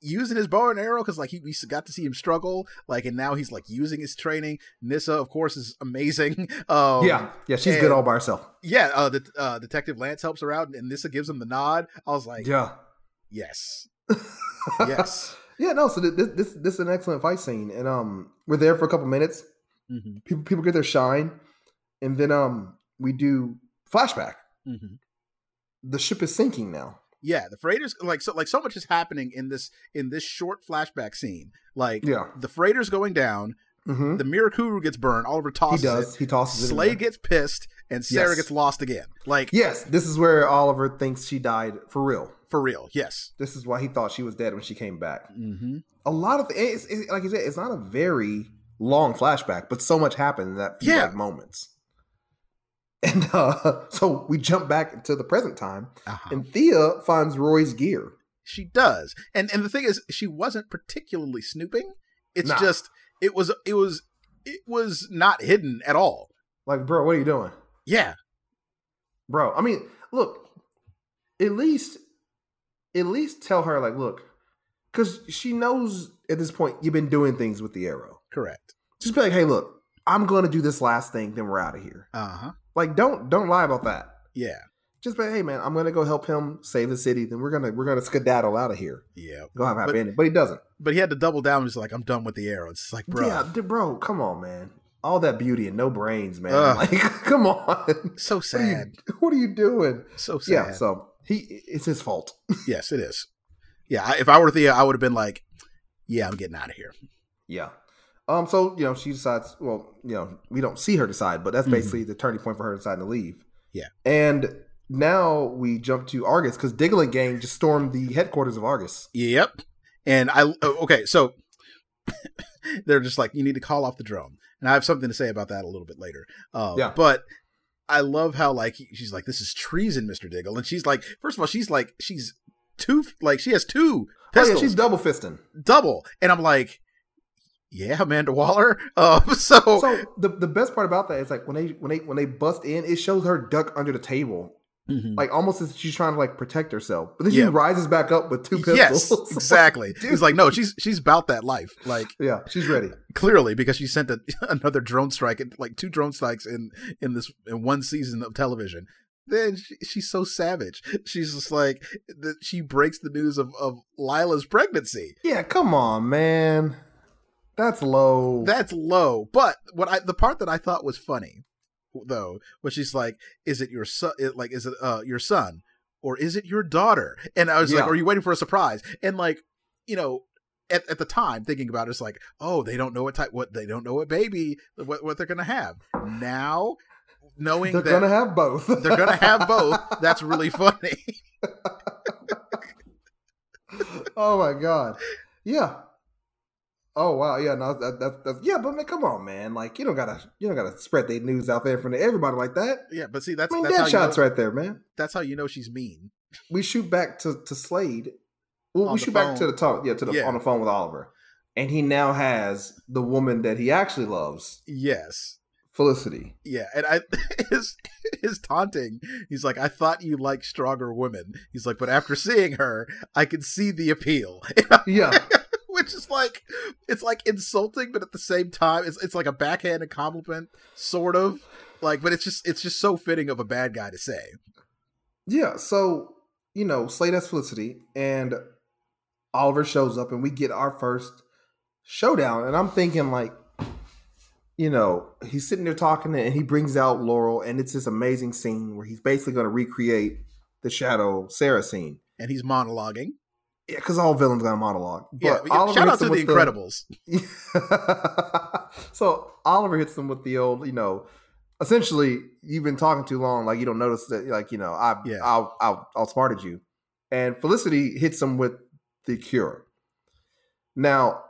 using his bow and arrow because like he we got to see him struggle, like and now he's like using his training. Nissa, of course, is amazing. Um, yeah, yeah, she's good and- all by herself. yeah. Uh, the uh, detective Lance helps her out, and Nissa gives him the nod. I was like, Yeah, yes, yes, yeah. No, so th- this this this is an excellent fight scene, and um, we're there for a couple minutes. Mhm, People people get their shine, and then um, we do flashback. mhm. The ship is sinking now. yeah. The freighters like so like so much is happening in this in this short flashback scene. Like Yeah. the freighter's going down. Mm-hmm. The Mirakuru gets burned. Oliver He tosses does. it. He tosses it. in Slay there. gets pissed, and Sarah Yes. gets lost again. Like Yes, this is where Oliver thinks she died for real. for real. Yes. This is why he thought she was dead when she came back. Mm-hmm. A lot of it's, it's like you said, it's not a very long flashback, but so much happened in that few Yeah. like, moments. And uh, so we jump back to the present time, Uh-huh. and Thea finds Roy's gear. She does, and and the thing is, she wasn't particularly snooping. It's Nah. just it was it was it was not hidden at all. Like, bro, what are you doing, Yeah. bro? I mean, look, at least, at least tell her like, look, because she knows at this point you've been doing things with the arrow. Correct. just be like, hey, look, I'm gonna do this last thing, then we're out of here. Uh huh. Like, don't don't lie about that. Yeah. Just be, hey, man, I'm gonna go help him save the city, then we're gonna we're gonna skedaddle out of here. Yeah. Go have a happy But- ending. But he doesn't. But he had to double down. He's like, I'm done with the arrow. It's like, bro. Yeah, d- bro, come on, man. All that beauty and no brains, man. Ugh. Like, come on. So What are you- sad. What are you doing? So sad. Yeah, so he it's his fault. yes, it is. Yeah. I, if I were Thea, I would have been like, yeah, I'm getting out of here. Yeah. Um, so you know, she decides well, you know, we don't see her decide, but that's basically the turning point for her deciding to leave. Yeah. And now we jump to Argus because Diggling Gang just stormed the headquarters of Argus. Yep. And I oh, okay, so they're just like, you need to call off the drone, and I have something to say about that a little bit later. Uh, Yeah. But I love how like he- she's like, this is treason, Mister Diggle, and she's like, first of all, she's like, she's two, like she has two Oh, pistols, yeah, she's double fisting. double, and I'm like, yeah, Amanda Waller. Um, so, So the the best part about that is like when they when they when they bust in, it shows her duck under the table. Mhm. Like almost as if she's trying to like protect herself. But then she Yeah. rises back up with two pistols. yes, exactly. Dude. He's like, no, she's she's about that life, like yeah, she's ready. clearly because she sent a, another drone strike and like two drone strikes in in this in one season of television then she, she's so savage she's just like that she breaks the news of of lila's pregnancy Yeah, come on, man. That's low. that's low but what i the part that i thought was funny though was she's like is it your son like is it uh your son or is it your daughter and i was like Yeah. are you waiting for a surprise and like you know at, at the time thinking about it, it's like oh they don't know what type what they don't know what baby what, what they're gonna have now knowing they're that gonna have both. they're gonna have both that's really funny oh my god yeah oh wow yeah no that, that, that's yeah but man come on man like you don't gotta you don't gotta spread the news out there in front of everybody like that yeah but see that's i mean that's, how that you shots know, right there man that's how you know she's mean we shoot back to to slade well On we the shoot back to phone. the top yeah to the Yeah. on the phone with oliver and he now has the woman that he actually loves yes felicity Yeah, and I his his taunting. He's like, I thought you liked stronger women. He's like, but after seeing her, I can see the appeal, yeah which is like, it's like insulting, but at the same time, it's it's like a backhanded compliment, sort of. Like, but it's just it's just so fitting of a bad guy to say. yeah so you know slade has felicity and oliver shows up and we get our first showdown and i'm thinking like you know he's sitting there talking and he brings out laurel and it's this amazing scene where he's basically going to recreate the shadow sarah scene And he's monologuing. yeah because all villains got a monologue but yeah, yeah, Oliver shout out hits to him the with Incredibles. so Oliver hits them with the old, you know, essentially you've been talking too long, like you don't notice that, like you know, I Yeah. I, I outsmarted you, and Felicity hits him with the cure. Now,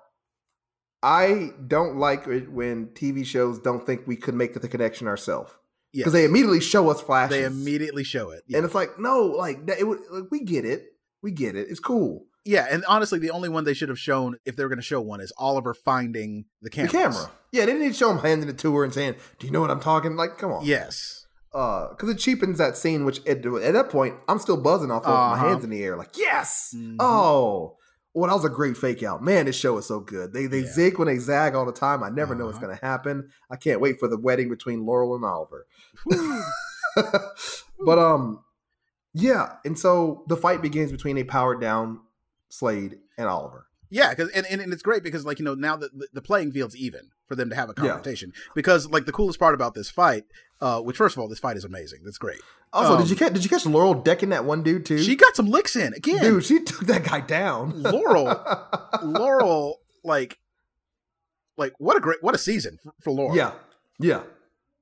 I don't like it when TV shows don't think we could make the connection ourselves Yeah, because they immediately show us flashes. they immediately show it. Yeah. and it's like no, like that. It would like we get it, we get it. It's cool. yeah, and honestly, the only one they should have shown if they were going to show one is Oliver finding the The cameras. camera. Yeah, they didn't need to show him handing it to her and saying, "Do you know what I'm talking?" Like, come on. Yes. because uh, it cheapens that scene. Which at, at that point, I'm still buzzing off of Uh-huh. Mm-hmm. my hands in the air, like yes, oh, well, that was a great fake out. Man, this show is so good. They they Yeah. zig when they zag all the time. I never know what's Uh-huh. going to happen. I can't wait for the wedding between Laurel and Oliver. but um, yeah, and so the fight begins between a powered down Slade and Oliver. Yeah, because and, and, and it's great because like you know now that the, the playing field's even for them to have a Yeah. confrontation because like the coolest part about this fight, uh, which first of all this fight is amazing. That's great. Also, Um, did you catch did you catch Laurel decking that one dude too? She got some licks in again, dude, she took that guy down. Laurel, Laurel, like, like what a great what a season for, for Laurel. yeah, yeah.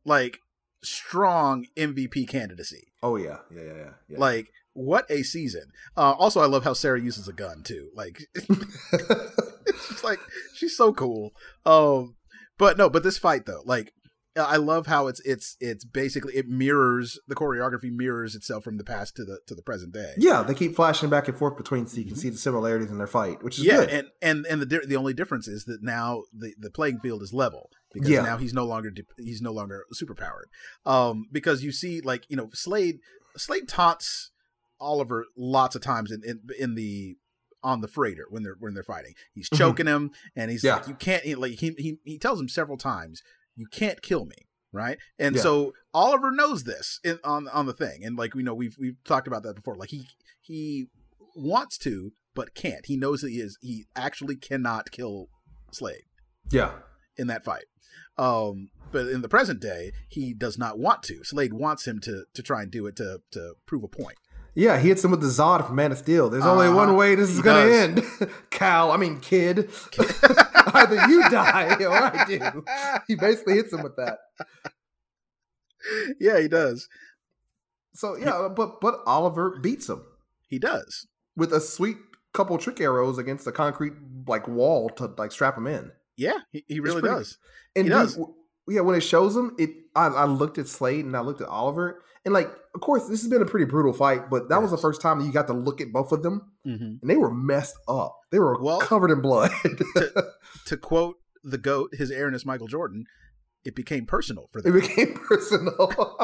like strong MVP candidacy. Oh yeah, yeah, yeah, yeah. yeah. Like what a season. Uh, also, I love how Sarah uses a gun too. Like she's like she's so cool. Um, but no, but this fight though, like uh, I love how it's it's it's basically it mirrors the choreography mirrors itself from the past to the to the present day. yeah, they keep flashing back and forth between, so you can see the similarities in their fight, which is Mm-hmm. Yeah, good. and and and the di- the only difference is that now the, the playing field is level because Yeah. now he's no longer de- he's no longer superpowered. Um, because you see, like you know, Slade Slade taunts Oliver lots of times in in, in the on the freighter when they're when they're fighting. He's Mhm. choking him, and he's Yeah. like, "You can't." He, like he, he he tells him several times, "You can't kill me." Right, and Yeah. so Oliver knows this in, on on the thing, and like we know we've we've talked about that before. Like he he wants to but can't. He knows that he is he actually cannot kill Slade yeah, in that fight. Um, but in the present day, he does not want to. Slade wants him to to try and do it to to prove a point. yeah. He hits him with the Zod from Man of Steel. There's only Uh-huh. one way this is He gonna does. end. Cal, I mean kid. Either you die or I do. He basically hits him with that. yeah, he does. So yeah, but but Oliver beats him He does. with a sweet couple trick arrows against a concrete like wall to like strap him in. Yeah, he, he really pretty- does. And He dude, does. w- yeah, when it shows him, it I, I looked at Slade and I looked at Oliver, and like, of course, this has been a pretty brutal fight, but that was the Yes. first time you got to look at both of them, Mm-hmm. and they were messed up. They were Well- covered in blood. To quote the goat, his airness, Michael Jordan, it became personal for it them became personal.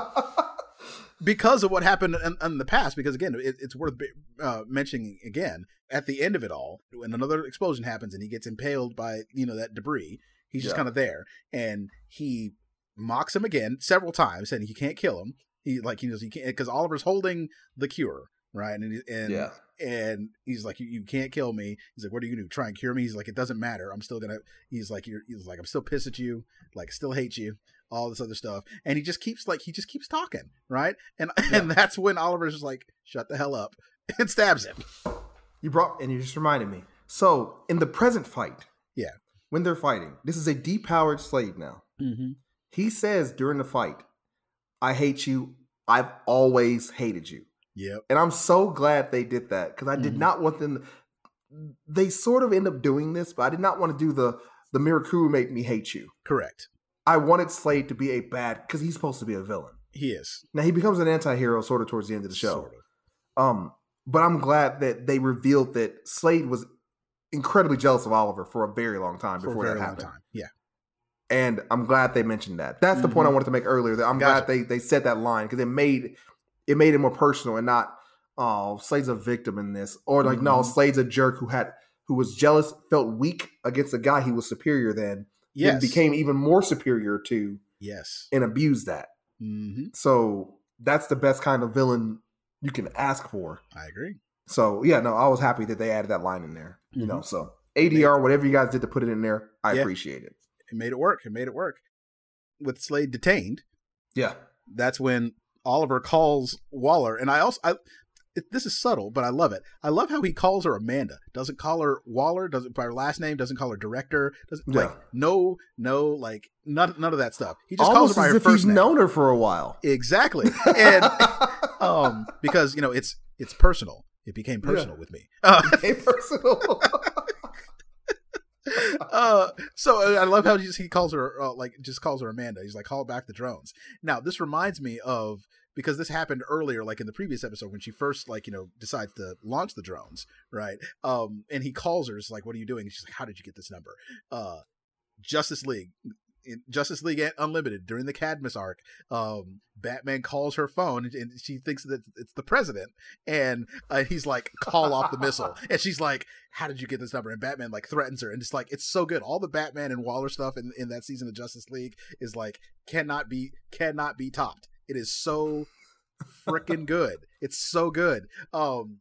because of what happened in, in the past. Because again, it, it's worth uh, mentioning again at the end of it all, when another explosion happens and he gets impaled by you know that debris, he's just Yeah. kind of there, and he mocks him again several times, saying he can't kill him. He like he knows he can't because Oliver's holding the cure right, and he- and yeah, and he's like, you, you can't kill me. He's like, what are you gonna do? Try and cure me? He's like, it doesn't matter. I'm still gonna. He's like, you're. He's like, I'm still pissed at you. Like, still hate you. All this other stuff, and he just keeps like he just keeps talking, right? And and that's when Oliver's just like, shut the hell up, and stabs him. you brought and you just reminded me. So in the present fight, Yeah. when they're fighting, this is a depowered Slade now. Mm-hmm. He says during the fight, "I hate you. I've always hated you." Yep. And I'm so glad they did that because I did Mhm. not want them. They sort of end up doing this, but I did not want to do the the Mirakuru make me hate you. Correct. I wanted Slade to be a bad because he's supposed to be a villain. He is. Now he becomes an anti-hero sort of towards the end of the show. Sort of. Um, but I'm glad that they revealed that Slade was incredibly jealous of Oliver for a very long time For a before very that long happened. time. Yeah. And I'm glad they mentioned that. That's the point I wanted to make earlier. That I'm Mm-hmm. Gotcha. glad they they said that line because it made it made it more personal and not oh Slade's a victim in this or like no Mhm. Slade's a jerk who had who was jealous, felt weak against a guy he was superior than, Yes. then became even more superior to Yes. and abused that. Mm-hmm. So that's the best kind of villain you can ask for. I agree. So yeah, no, I was happy that they added that line in there. You know, so ADR, whatever you guys did to put it in there, I Mm-hmm. Yeah. appreciate it. It made it work. It made it work. With Slade detained, Yeah. that's when Oliver calls Waller, and I also I, it, this is subtle, but I love it. I love how he calls her Amanda. Doesn't call her Waller. Doesn't by her last name. Doesn't call her director. Doesn't like Yeah. no no like none none of that stuff. He just Almost calls her by as her if first he's name. known her for a while. Exactly, and um because you know it's it's personal. It became personal with me. Uh, Hey, personal. uh, so uh, I love how just, he calls her uh, like just calls her Amanda. He's like, call back the drones. Now this reminds me of because this happened earlier, like in the previous episode when she first like you know decides to launch the drones, right? Um, and he calls her, it's like, what are you doing? And she's like, how did you get this number? Uh, Justice League. in Justice League Unlimited during the Cadmus arc, um, Batman calls her phone and- and she thinks that it's the president, and uh, he's like, "Call off the missile," and she's like, "How did you get this number?" And Batman like threatens her, and it's like it's so good. All the Batman and Waller stuff in, in that season of Justice League is like cannot be cannot be topped. It is so freaking good. It's so good. Um,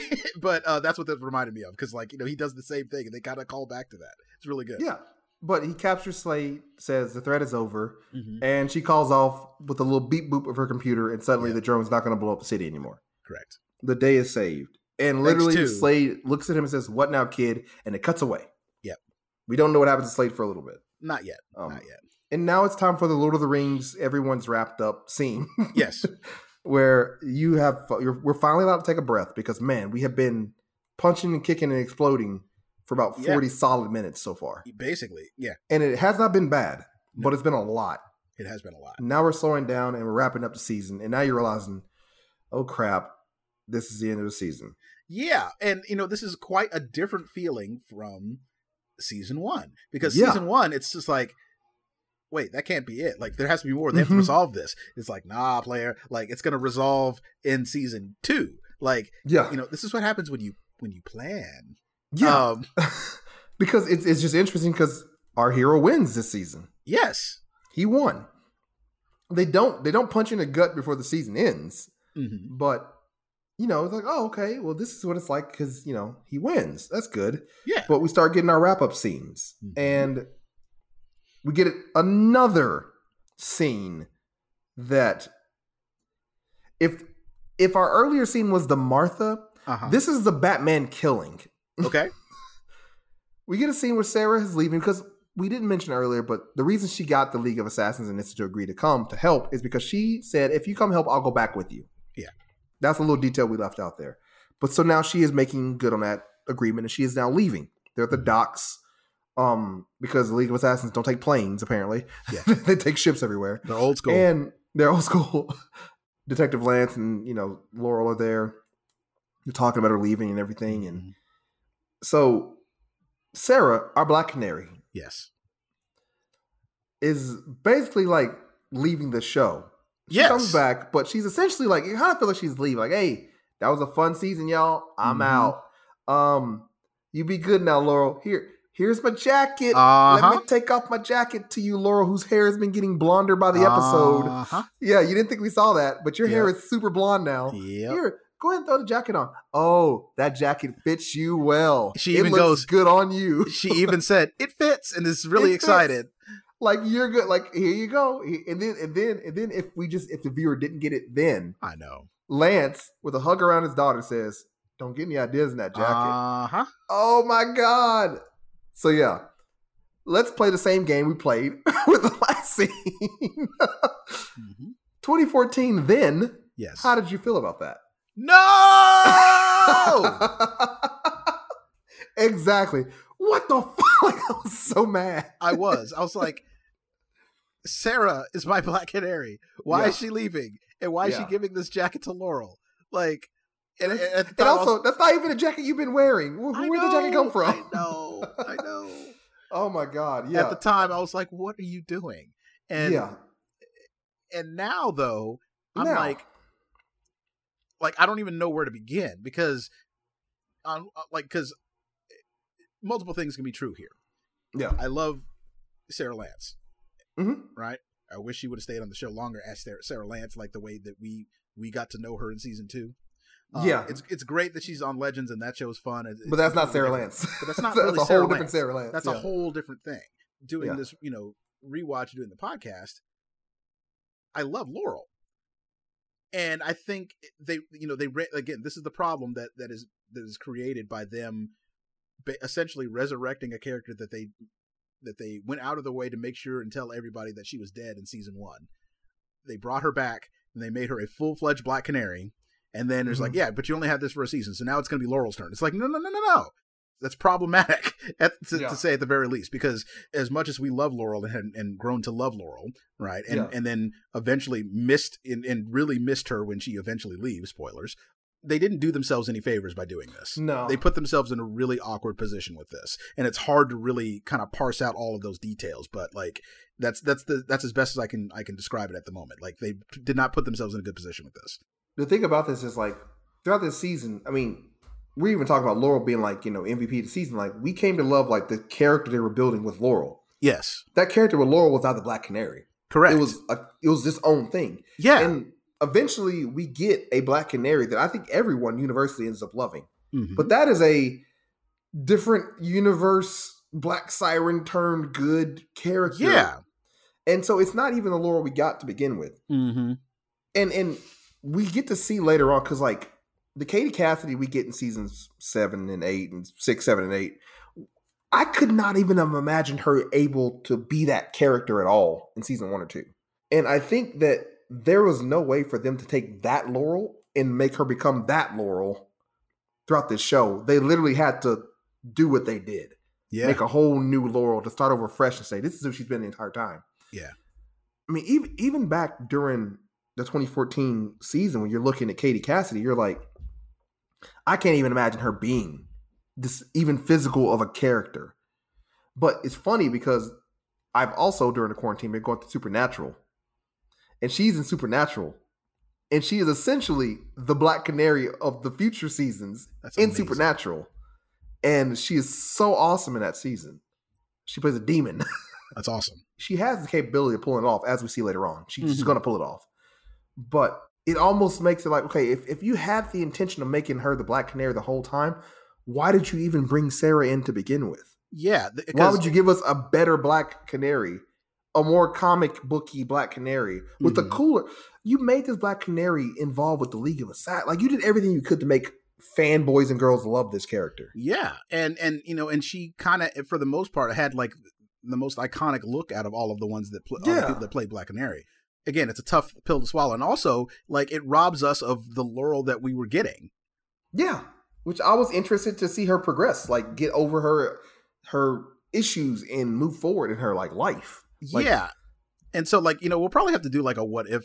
but uh, that's what that reminded me of because like you know he does the same thing and they kind of call back to that. It's really good. Yeah. But he captures Slade, says the threat is over, Mm-hmm. and she calls off with a little beep boop of her computer, and suddenly the drone's not going to blow up the city anymore. correct. The day is saved. And Thanks literally, to- Slade looks at him and says, What now, kid? And it cuts away. Yep. We don't know what happens to Slade for a little bit. Not yet. Um, Not yet. And now it's time for the Lord of the Rings, everyone's wrapped up scene. Yes. where you have you're, we're finally allowed to take a breath because man we have been punching and kicking and exploding for about Yeah. 40 solid minutes so far Basically, yeah. and it has not been bad but it's been a lot It has been a lot. now we're slowing down and we're wrapping up the season and now you're realizing oh crap this is the end of the season Yeah, and you know this is quite a different feeling from season one because Yeah. season one it's just like, wait, that can't be it. Like there has to be more. They have to Mhm. resolve this. It's like nah, player. Like it's gonna resolve in season two. Like yeah you know this is what happens when you when you plan. yeah Um, because it's, it's just interesting because our hero wins this season yes. he won they don't they don't punch you in the gut before the season ends hmm but you know it's like oh okay well this is what it's like because you know he wins that's good Yeah. but we start getting our wrap-up scenes Mhm. and we get another scene that if if our earlier scene was the martha Uh-huh. this is the batman killing okay. we get a scene where sarah is leaving because we didn't mention earlier but the reason she got the league of assassins and institute to agree to come to help is because she said if you come help i'll go back with you Yeah. that's a little detail we left out there but so now she is making good on that agreement and she is now leaving they're at the Mm-hmm. docks um because the league of assassins don't take planes apparently Yeah. they take ships everywhere They're old school. and they're old school. Detective Lance and you know Laurel are there. They're talking about her leaving and everything, Mm-hmm. and so Sarah, our Black Canary, yes. is basically like leaving the show. She Yes. comes back, but she's essentially like you kind of feel like she's leaving. Like, hey, that was a fun season, y'all. I'm Mhm. out. Um, you be good now, Laurel. Here, here's my jacket. Let Uh-huh. me take off my jacket to you, Laurel, whose hair has been getting blonder by the episode. Uh-huh. Yeah, you didn't think we saw that, but your hair Yep. is super blonde now. Yep. Here, go ahead and throw the jacket on. Oh, that jacket fits you well. She It even goes- looks good on you. She even said it fits and is really It fits. excited. Like you're good. Like here you go. And then and then and then if we just if the viewer didn't get it, then I know. Lance with a hug around his daughter says, "Don't get any ideas in that jacket." Uh huh. oh my god! So yeah, let's play the same game we played with the last scene. Mm-hmm. 2014. Then, Yes. how did you feel about that? no. exactly. What the fuck? Like, I was so mad. I was. I was like, Sarah is my black canary. Why is she leaving? And why is she Yeah. giving this jacket to Laurel? Like, and, and, at the And time I was- also, that's not even a jacket you've been wearing. Where, I where'd the jacket come know, from? I know. I know. Oh my god! Yeah, At the time, I was like, "What are you doing?" And yeah. and now though, I'm Now. like, like I don't even know where to begin because, um, like, because multiple things can be true here. Yeah. I love Sarah Lance. Mhm. Right. I wish she would have stayed on the show longer as Sarah, Sarah Lance, like the way that we we got to know her in season two. Um, Yeah. it's it's great that she's on Legends and that show's fun. It's- But it's that's not Sarah completely different. Lance. But that's not that's really a Sarah whole different Lance. Sarah Lance. That's yeah. a whole different thing. Doing Yeah. this, you know, rewatch doing the podcast. I love Laurel, and I think they, you know, they re- again. This is the problem that that is that is created by them, ba- essentially resurrecting a character that they that they went out of the way to make sure and tell everybody that she was dead in season one. They brought her back and they made her a full fledged Black Canary. And then it's like, Mm-hmm. yeah, but you only had this for a season, so now it's going to be Laurel's turn. It's like, no, no, no, no, no. That's problematic at, to, Yeah. to say at the very least, because as much as we love Laurel and, and grown to love Laurel, right, and Yeah. and then eventually missed and, and really missed her when she eventually leaves. Spoilers. they didn't do themselves any favors by doing this. No. They put themselves in a really awkward position with this. And it's hard to really kind of parse out all of those details, but like that's that's the that's as best as I can I can describe it at the moment. Like they did not put themselves in a good position with this. The thing about this is like throughout this season, I mean, we even talk about Laurel being like, you know, MVP of the season. Like we came to love like the character they were building with Laurel. Yes. That character with Laurel was not the Black Canary. Correct. It was a, it was this own thing. Yeah. And eventually we get a Black Canary that I think everyone universally ends up loving. Mhm. But that is a different universe Black Siren turned good character. Yeah. And so it's not even the Laurel we got to begin with. Mm-hmm. and and we get to see later on because like the Katie Cassidy we get in seasons seven and eight and six, seven and eight. I could not even have imagined her able to be that character at all in season one or two. And I think that there was no way for them to take that Laurel and make her become that Laurel throughout this show. They literally had to do what they did. Yeah. Make a whole new Laurel to start over fresh and say, this is who she's been the entire time. yeah. I mean, even even back during the 2014 season, when you're looking at Katie Cassidy, you're like, I can't even imagine her being this even physical of a character. But it's funny because I've also during the quarantine been going through Supernatural, and she's in Supernatural, and she is essentially the Black Canary of the future seasons That's in amazing. Supernatural, and she is so awesome in that season. She plays a demon. That's awesome. she has the capability of pulling it off, as we see later on. She, She's Mhm. going to pull it off. But it almost makes it like, okay, if, if you had the intention of making her the Black Canary the whole time, why did you even bring Sarah in to begin with? Yeah. th- Why because- would you give us a better Black Canary, a more comic booky Black Canary with Mhm. a cooler? You made this Black Canary involved with the League of Assassins. Like, you did everything you could to make fanboys and girls love this character. Yeah, and and you know, and she kind of, for the most part, had like the most iconic look out of all of the ones that play, Yeah. that play Black Canary. Again, it's a tough pill to swallow, and also like it robs us of the laurel that we were getting. Yeah, which I was interested to see her progress, like get over her her issues and move forward in her like life. Like, yeah, and so like you know, we'll probably have to do like a what if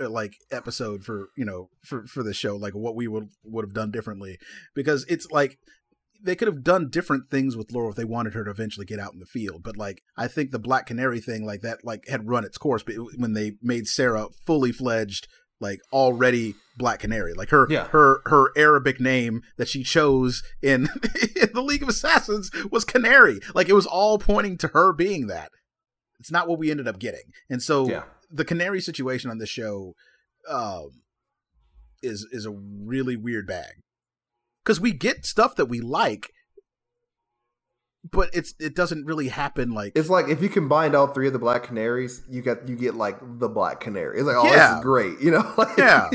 uh, like episode for you know for for the show, like what we would would have done differently, because it's like they could have done different things with Laurel if they wanted her to eventually get out in the field. But like, I think the Black Canary thing, like that, like had run its course. But it- when they made Sarah fully fledged, like already Black Canary, like her Yeah. her her Arabic name that she chose in in the League of Assassins was Canary. Like it was all pointing to her being that. It's not what we ended up getting, and so Yeah. the Canary situation on this show. Um, is is a really weird bag because we get stuff that we like but it's it doesn't really happen like It's like if you combined all three of the black canaries, you got you get like the black canary. It's like, oh, this Yeah. is great, you know? Like, Yeah.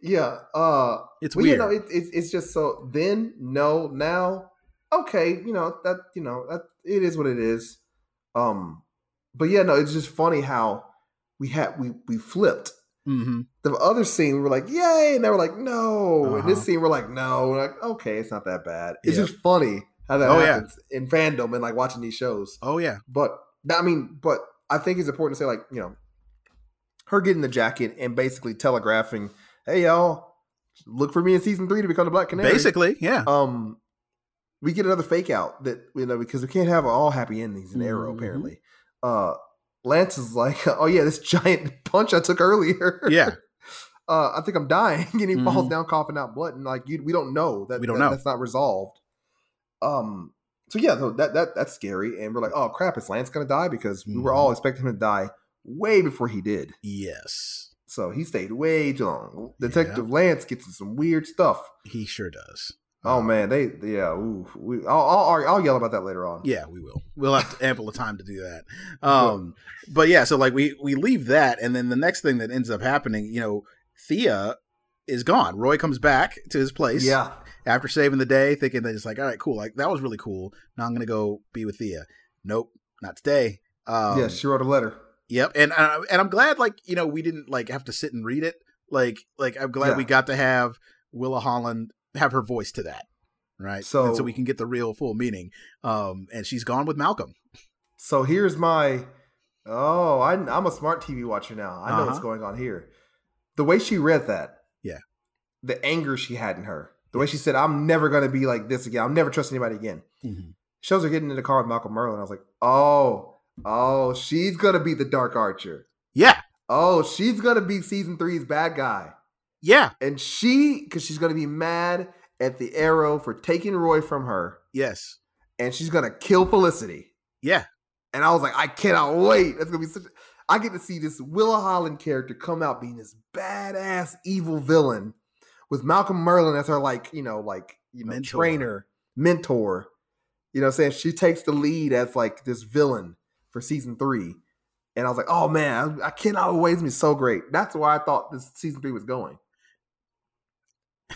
yeah. Uh It's well, You know, weird. it, it, it's just so then, no, now, okay, you know, that you know, that it is what it is. Um but yeah, no, it's just funny how we had we we flipped mm-hmm. the other scene we were like yay and they were like no and Uh-huh. this scene we're like no we're like okay it's not that bad it's Yeah. just funny how that Oh, yeah. happens in fandom and like watching these shows oh yeah but i mean but i think it's important to say like you know her getting the jacket and basically telegraphing hey y'all look for me in season three to become the black canary basically yeah um we get another fake out that you know because we can't have all happy endings in arrow Mhm. apparently uh lance is like oh yeah this giant punch i took earlier yeah uh, I think I'm dying. And he falls Mhm. down coughing out blood. And like, you, we don't know that We don't that- know. that's not resolved. Um, so yeah, so that, that, that's scary. And we're like, oh crap, is Lance going to die? Because we were Mhm. all expecting him to die way before he did. yes So he stayed way too long. Detective Lance gets in some weird stuff. he sure does Oh man, they, yeah, ooh, we, I'll, I'll, I'll yell about that later on. yeah we will we'll have ample of time to do that um but yeah so like we we leave that and then the next thing that ends up happening you know thea is gone roy comes back to his place Yeah. after saving the day, thinking that it's like, all right, cool, like that was really cool. Now I'm gonna go be with Thea. Nope, not today. Um, yeah. She wrote a letter. Yep. And uh, and I'm glad, like you know, we didn't like have to sit and read it. Like like I'm glad Yeah. we got to have Willa Holland have her voice to that, right? So- and so we can get the real full meaning. Um, and she's gone with Malcolm. So here's my. Oh, I, I'm a smart TV watcher now. I know what's Uh-huh. going on here. The way she read that. Yeah. the anger she had in her, the way she said, "I'm never going to be like this again. I'll never trust anybody again." Mm-hmm. Shows her getting in the car with Malcolm Merlin. I was like, "Oh, oh, she's gonna be the Dark Archer. Yeah. Oh, she's gonna be season three's bad guy. Yeah. And she, because she's gonna be mad at the Arrow for taking Roy from her, Yes. and she's gonna kill Felicity." Yeah. And I was like, I cannot wait. That's gonna be such. I get to see this Willa Holland character come out being this badass evil villain with Malcolm Merlin as her like you know like you know Mentor. trainer mentor. You know, what I'm saying she takes the lead as like this villain for season three. And I was like, oh man, I, I cannot wait. It's gonna be so great. That's why I thought this season three was going.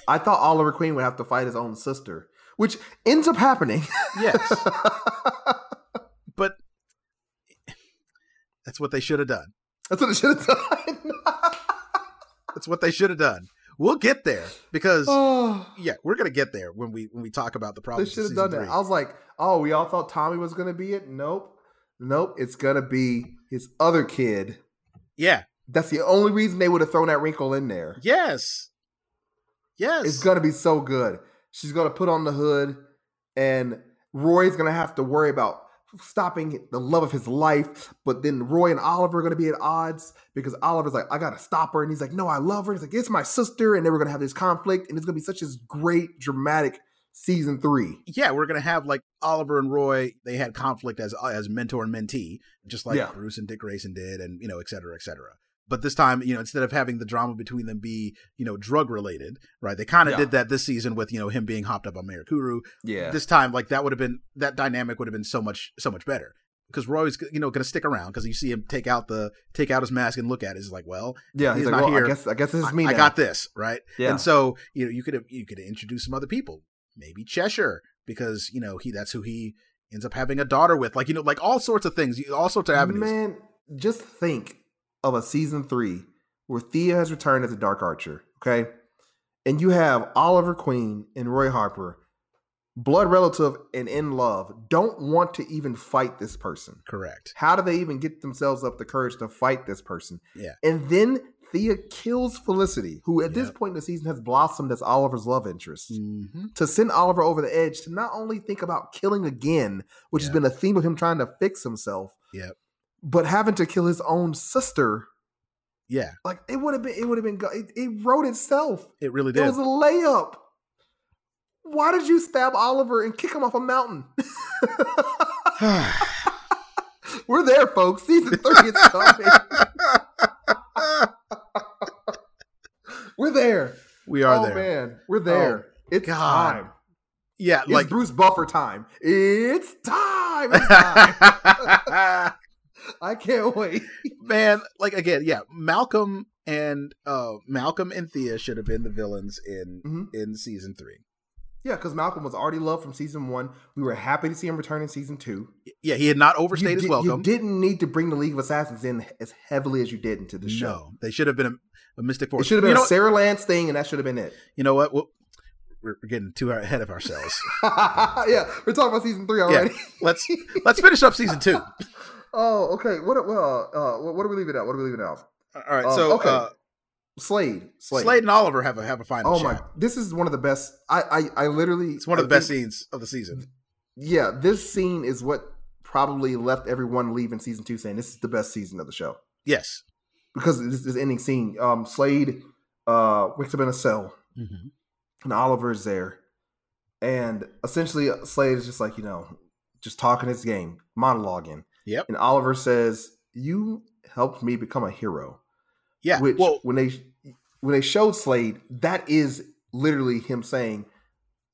I thought Oliver Queen would have to fight his own sister, which ends up happening. Yes. but that's what they should have done. That's what it should have done. That's what they should have done. We'll get there because oh. yeah, we're gonna get there when we when we talk about the They problems. of should have season done three. that. I was like, oh, we all thought Tommy was gonna be it. Nope, nope. It's gonna be his other kid. Yeah. That's the only reason they would have thrown that wrinkle in there. Yes. Yes. It's gonna be so good. She's gonna put on the hood, and Roy's gonna have to worry about stopping the love of his life. But then Roy and Oliver are gonna be at odds because Oliver's like, I gotta stop her, and he's like, No, I love her. And he's like, It's my sister, and then we're gonna have this conflict, and it's gonna be such this great dramatic season three. yeah, we're gonna have like Oliver and Roy. They had conflict as uh, as mentor and mentee, just like Yeah. Bruce and Dick Grayson did, and you know, et cetera, et cetera. But this time, you know, instead of having the drama between them be you know drug related, right? They kind of Yeah. did that this season with you know him being hopped up on Marikuru. Yeah, This time, like that would have been that dynamic would have been so much so much better because Roy's you know gonna stick around because you see him take out the take out his mask and look at it. It's like, well, yeah. he's He's, like, not well, here. I guess I guess this I, is me. I now." got this right. Yeah. And so you know you could have you could introduce some other people, maybe Cheshire because you know he that's who he ends up having a daughter with, like you know like all sorts of things, all sorts of avenues. Man, just think of a season three where Thea has returned as a Dark Archer, okay? And you have Oliver Queen and Roy Harper, blood relative and in love, don't want to even fight this person. Correct. How do they even get themselves up the courage to fight this person? Yeah. And then Thea kills Felicity, who at this Yep. point in the season has blossomed as Oliver's love interest Mm-hmm. to send Oliver over the edge to not only think about killing again, which Yeah. has been a theme of him trying to fix himself, Yep. but having to kill his own sister, Yeah, like it would have been, it would have been, go- it, it wrote itself. it really It, did. was a layup. Why did you stab Oliver and kick him off a mountain? We're there, folks. Season three is coming. We're there. we are oh there. Oh, man, we're there. it's God. time. Yeah, It's like Bruce Buffer time. It's time. It's time. I can't wait. man, like again, yeah, Malcolm and uh Malcolm and Thea should have been the villains in Mhm. in season three. Yeah, because Malcolm was already loved from season one. We were happy to see him return in season two. Yeah, he had not you, overstayed his did- welcome. you didn't need to bring the League of Assassins in as heavily as you did into the show. No, they should have been a, a Mystic It Force. should have been you know, a Sarah Lance thing, and that should have been it. you know what? We'll, we're we're getting too ahead of ourselves. yeah, we're talking about season three yeah, already. let's let's finish up season two. Oh, okay. What? Well, uh, what- what are we leaving out? What are we leaving out? All right, Um, so okay. uh, Slade. Slade. Slade. and Oliver have a have a final. Oh chat. my! This is one of the best. I I, I literally. It's one of I the best think- scenes of the season. yeah, this scene is what probably left everyone leaving season two saying this is the best season of the show Yes. because this is ending scene. Um, Slade uh, wakes up in a cell Mm-hmm. and Oliver is there, and essentially Slade is just like you know, just talking his game, monologuing. Yep. And Oliver says, "You helped me become a hero." Yeah. Which well, when they when they showed Slade, that is literally him saying,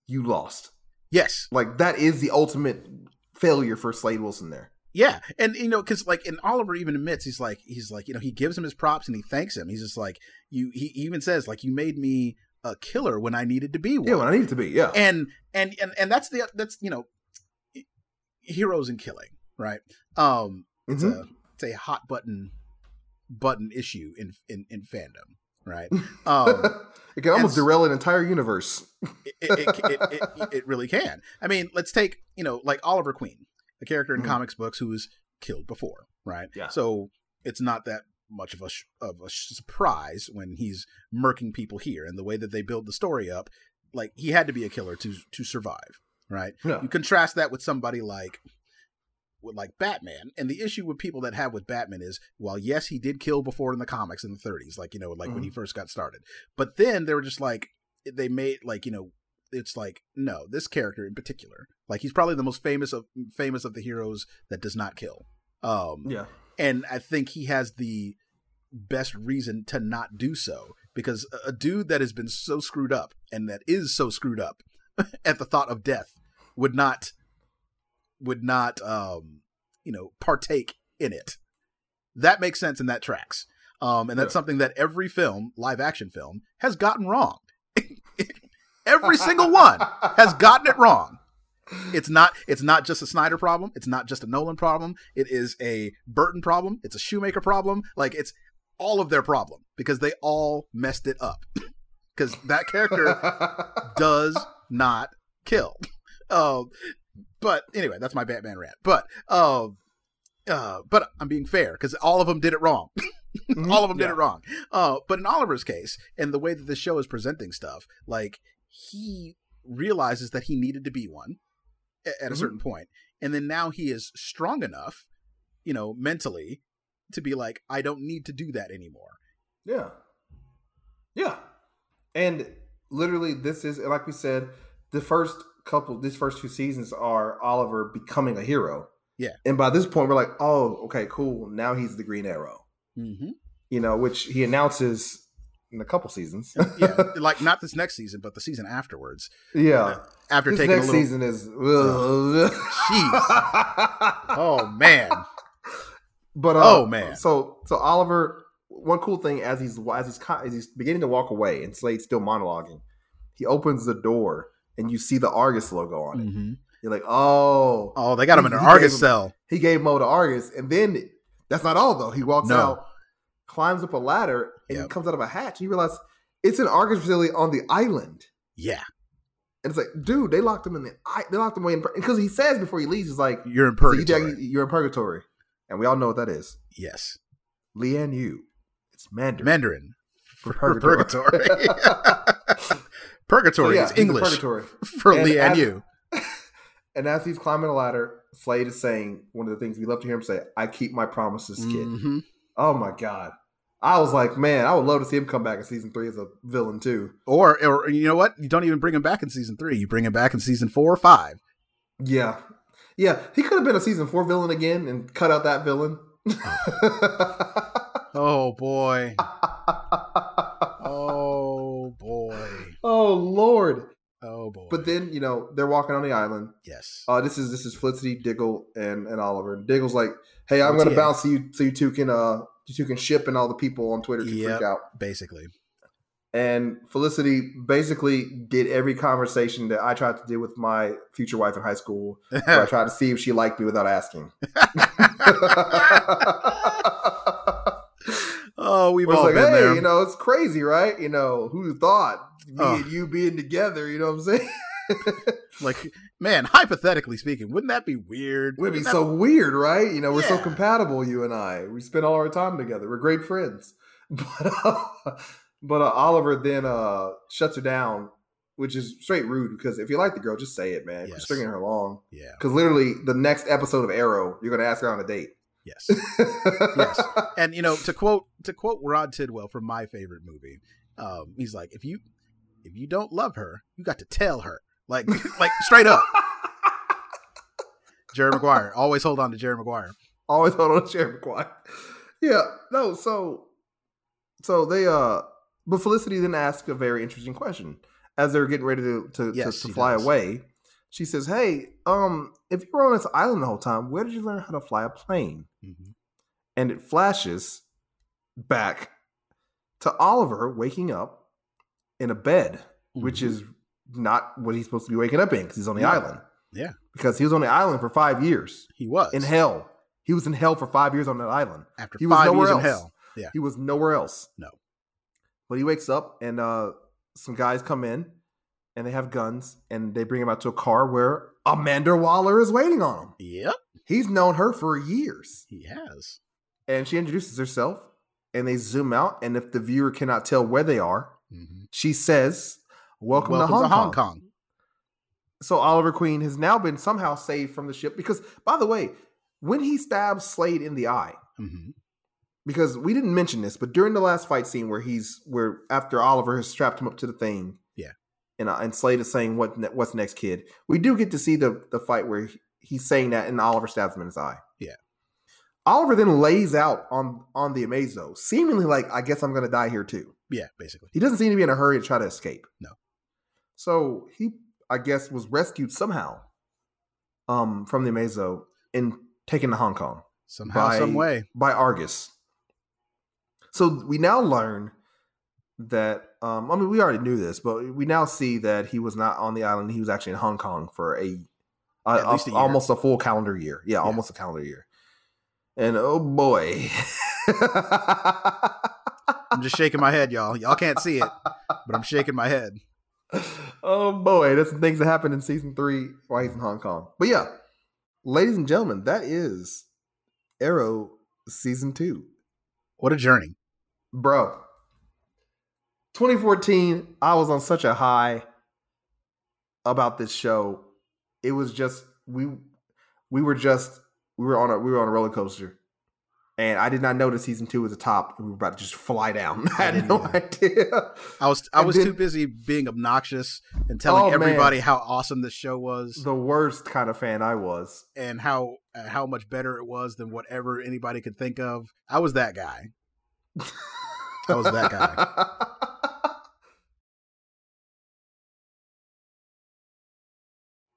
"You lost." yes. Like that is the ultimate failure for Slade Wilson there. Yeah, and you know, because like, and Oliver even admits he's like, he's like, you know, he gives him his props and he thanks him. He's just like, you. He even says like, you made me a killer when I needed to be one. Yeah, when I need it to be. Yeah. and and and and that's the that's you know, heroes and killing, right? Um, it's Mhm. a it's a hot button button issue in in in fandom, right? Um, it can almost and- derail an entire universe. it, it, it, it, it, it really can. I mean, let's take, you know, like Oliver Queen, a character in Mhm. comics books who's killed before, right? Yeah. So it's not that much of a sh- of a sh- surprise when he's murking people here, and the way that they build the story up, like he had to be a killer to to survive, right? Yeah. You contrast that with somebody like with like Batman, and the issue with people that have with Batman is, well, yes, he did kill before in the comics in the 30s, like you know, like when Mm-hmm. he first got started, but then they were just like they made like you know it's like no this character in particular like he's probably the most famous of famous of the heroes that does not kill um Yeah. and i think he has the best reason to not do so because a- a dude that has been so screwed up and that is so screwed up at the thought of death would not would not um you know partake in it that makes sense and that tracks um and that's Yeah. something that every film live action film has gotten wrong every single one has gotten it wrong it's not it's not just a snyder problem it's not just a nolan problem it is a burton problem it's a shoemaker problem like it's all of their problem because they all messed it up because that character does not kill. Um, but anyway, that's my Batman rant. But um, uh, but I'm being fair because all of them did it wrong. all of them did it wrong. Uh, but in Oliver's case, and the way that the show is presenting stuff, like he realizes that he needed to be one a- at a certain point, and then now he is strong enough, you know, mentally to be like, I don't need to do that anymore. Yeah. Yeah. And literally this is like we said, the first couple these first two seasons are Oliver becoming a hero. Yeah. And by this point we're like, oh, okay, cool. Now he's the Green Arrow. Mm-hmm. You know, which he announces in a couple seasons. Yeah, like not this next season, but the season afterwards. yeah. After This taking a next little season is jeez. Oh man. But uh, Oh, man. so so Oliver. One cool thing as he's as he's co- as he's beginning to walk away, and Slade's still monologuing. He opens the door, and you see the Argus logo on it. You're like, oh, Mm. Oh, they got him in an He gave Argus him- cell. he gave Mo to Argus, and then that's not all though. He walks No. out, climbs up a ladder, and he Yep. comes out of a hatch. You realize it's an Argus facility on the island, Yeah, and it's like, dude, they locked him in the i- they locked him away because he says before he leaves, he's like, you're in "So you- purgatory. you're in purgatory," and we all know what that is. yes, Leanne Yu. It's Mandarin. Mandarin for for purgatory. purgatory So, yeah, is he's in English Purgatory. for And Lee and as- you. And as he's climbing the ladder, Slade is saying one of the things we love to hear him say, I keep my promises, kid. Mhm. Oh my God. I was like, man, I would love to see him come back in season three as a villain too. Or, or you know what? You don't even bring him back in season three. You bring him back in season four or five. Yeah. Yeah. He could have been a season four villain again and cut out that villain. Oh boy. oh boy. oh Lord. Oh boy. But then, you know, they're walking on the island. yes. Uh, this is this is Felicity, Diggle, and, and Oliver. And Diggle's like, "Hey, I'm OTA. gonna bounce so you so you two can uh you two can ship, and all the people on Twitter can Yep. freak out." Basically. And Felicity basically did every conversation that I tried to do with my future wife in high school, where I tried to see if she liked me without asking. Oh, we've Where it's all like, been hey, there. you know, it's crazy, right? You know, who thought me Oh. and you being together? You know what I'm saying? like, man, hypothetically speaking, wouldn't that be weird? Would be Wouldn't that so weird, right? You know, we're so Yeah. compatible, you and I. We spend all our time together. We're great friends. But uh, but uh, Oliver then uh, shuts her down, which is straight rude because if you like the girl, just say it, man. You're Yes. stringing her along. Yeah. Because literally, the next episode of Arrow, you're going to ask her on a date. Yes. Yes. and you know to quote to quote Rod Tidwell from my favorite movie, um, he's like, if you if you don't love her, you got to tell her, like like straight up. Jerry Maguire, always hold on to Jerry Maguire. Always hold on to Sharon McQuarrie. Yeah, no, so so they uh but Felicity then asked a very interesting question. As they were getting ready to to, to- Yes, to, she fly does. away, she says, Hey, um, if you were on this island the whole time, where did you learn how to fly a plane? Mm-hmm. And it flashes back to Oliver waking up in a bed, which is not what he's supposed to be waking up in because he's on the Mm-hmm. Yeah. island. Yeah. Because he was on the island for five years He was in hell. He was in hell for five years on that island. after He was five nowhere years else. in hell. Yeah, He was nowhere else. No. But he wakes up and uh, some guys come in and they have guns and they bring him out to a car where Amanda Waller is waiting on him. yep, He's known her for years. he has. And she introduces herself and they zoom out, and if the viewer cannot tell where they are, Mm-hmm. she says, "Welcome, to Hong, Kong. So Oliver Queen has now been somehow saved from the ship because, by the way, when he stabs Slade in the eye, Mhm. because we didn't mention this, but during the last fight scene where he's where after Oliver has strapped him up to the thing, Yeah. and uh, and Slade is saying what ne- what's next, kid. We do get to see the the fight where he- he's saying that, and Oliver stabs him in his eye. Yeah. Oliver then lays out on on the Amazo, seemingly like I guess I'm going to die here too. Yeah, basically. He doesn't seem to be in a hurry to try to escape. No. So he, I guess, was rescued somehow um, from the Amazo and taken to Hong Kong Somehow, some way. by Argus. So we now learn that um, I mean we already knew this, but we now see that he was not on the island. He was actually in Hong Kong for a, a- At least a a- year. almost a full calendar year. Yeah, almost a calendar year. And oh boy. I'm just shaking my head, y'all. Y'all can't see it, but I'm shaking my head. oh boy, that's some things that happened in season three while he's in Hong Kong. But yeah, ladies and gentlemen, that is Arrow season two, What a journey. bro. 2014, I was on such a high about this show. It was just we we were just we were on a we were on a roller coaster. And I did not notice season two was the top, and we were about to just fly down. I had no idea. I was I And was then- too busy being obnoxious and telling Oh, man. everybody how awesome this show was The worst kind of fan I was. and how uh, how much better it was than whatever anybody could think of. I was that guy. I was that guy.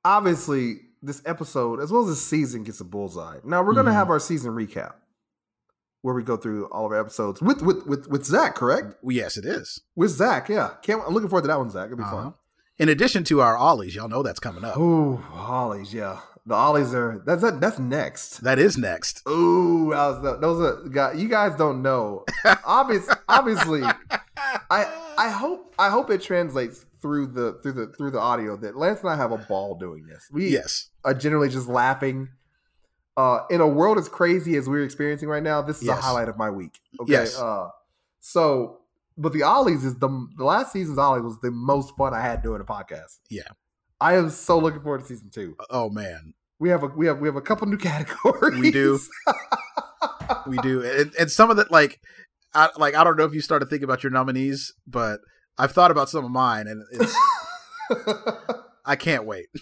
Obviously, this episode, as well as this season, gets a bullseye. Now we're gonna Mhm. have our season recap, where we go through all of our episodes with with with, with Zach, correct? Well, yes, it is. With Zach, yeah. Can't, I'm looking forward to that one, Zach. It'll be Uh-huh. In addition to our ollies, y'all know that's coming up. fun. Ooh, Ollies, yeah. The Ollies are that's that, that's next. That is next. Ooh, I was, those are guys. You guys don't know. Obvious, obviously, I I hope I hope it translates through the through the through the audio that Lance and I have a ball doing this. We Yes. are generally just laughing. Uh, in a world as crazy as we're experiencing right now, this is a Yes. highlight of my week. Okay. Yes. Uh, so, but the ollies is the the last season's ollie was the most fun I had doing a podcast. Yeah. I am so looking forward to season two. Oh man, We have a we have we have a couple new categories. We do. we do. And, and some of the like, I, like I don't know if you started thinking about your nominees, but I've thought about some of mine, and it's, I can't wait.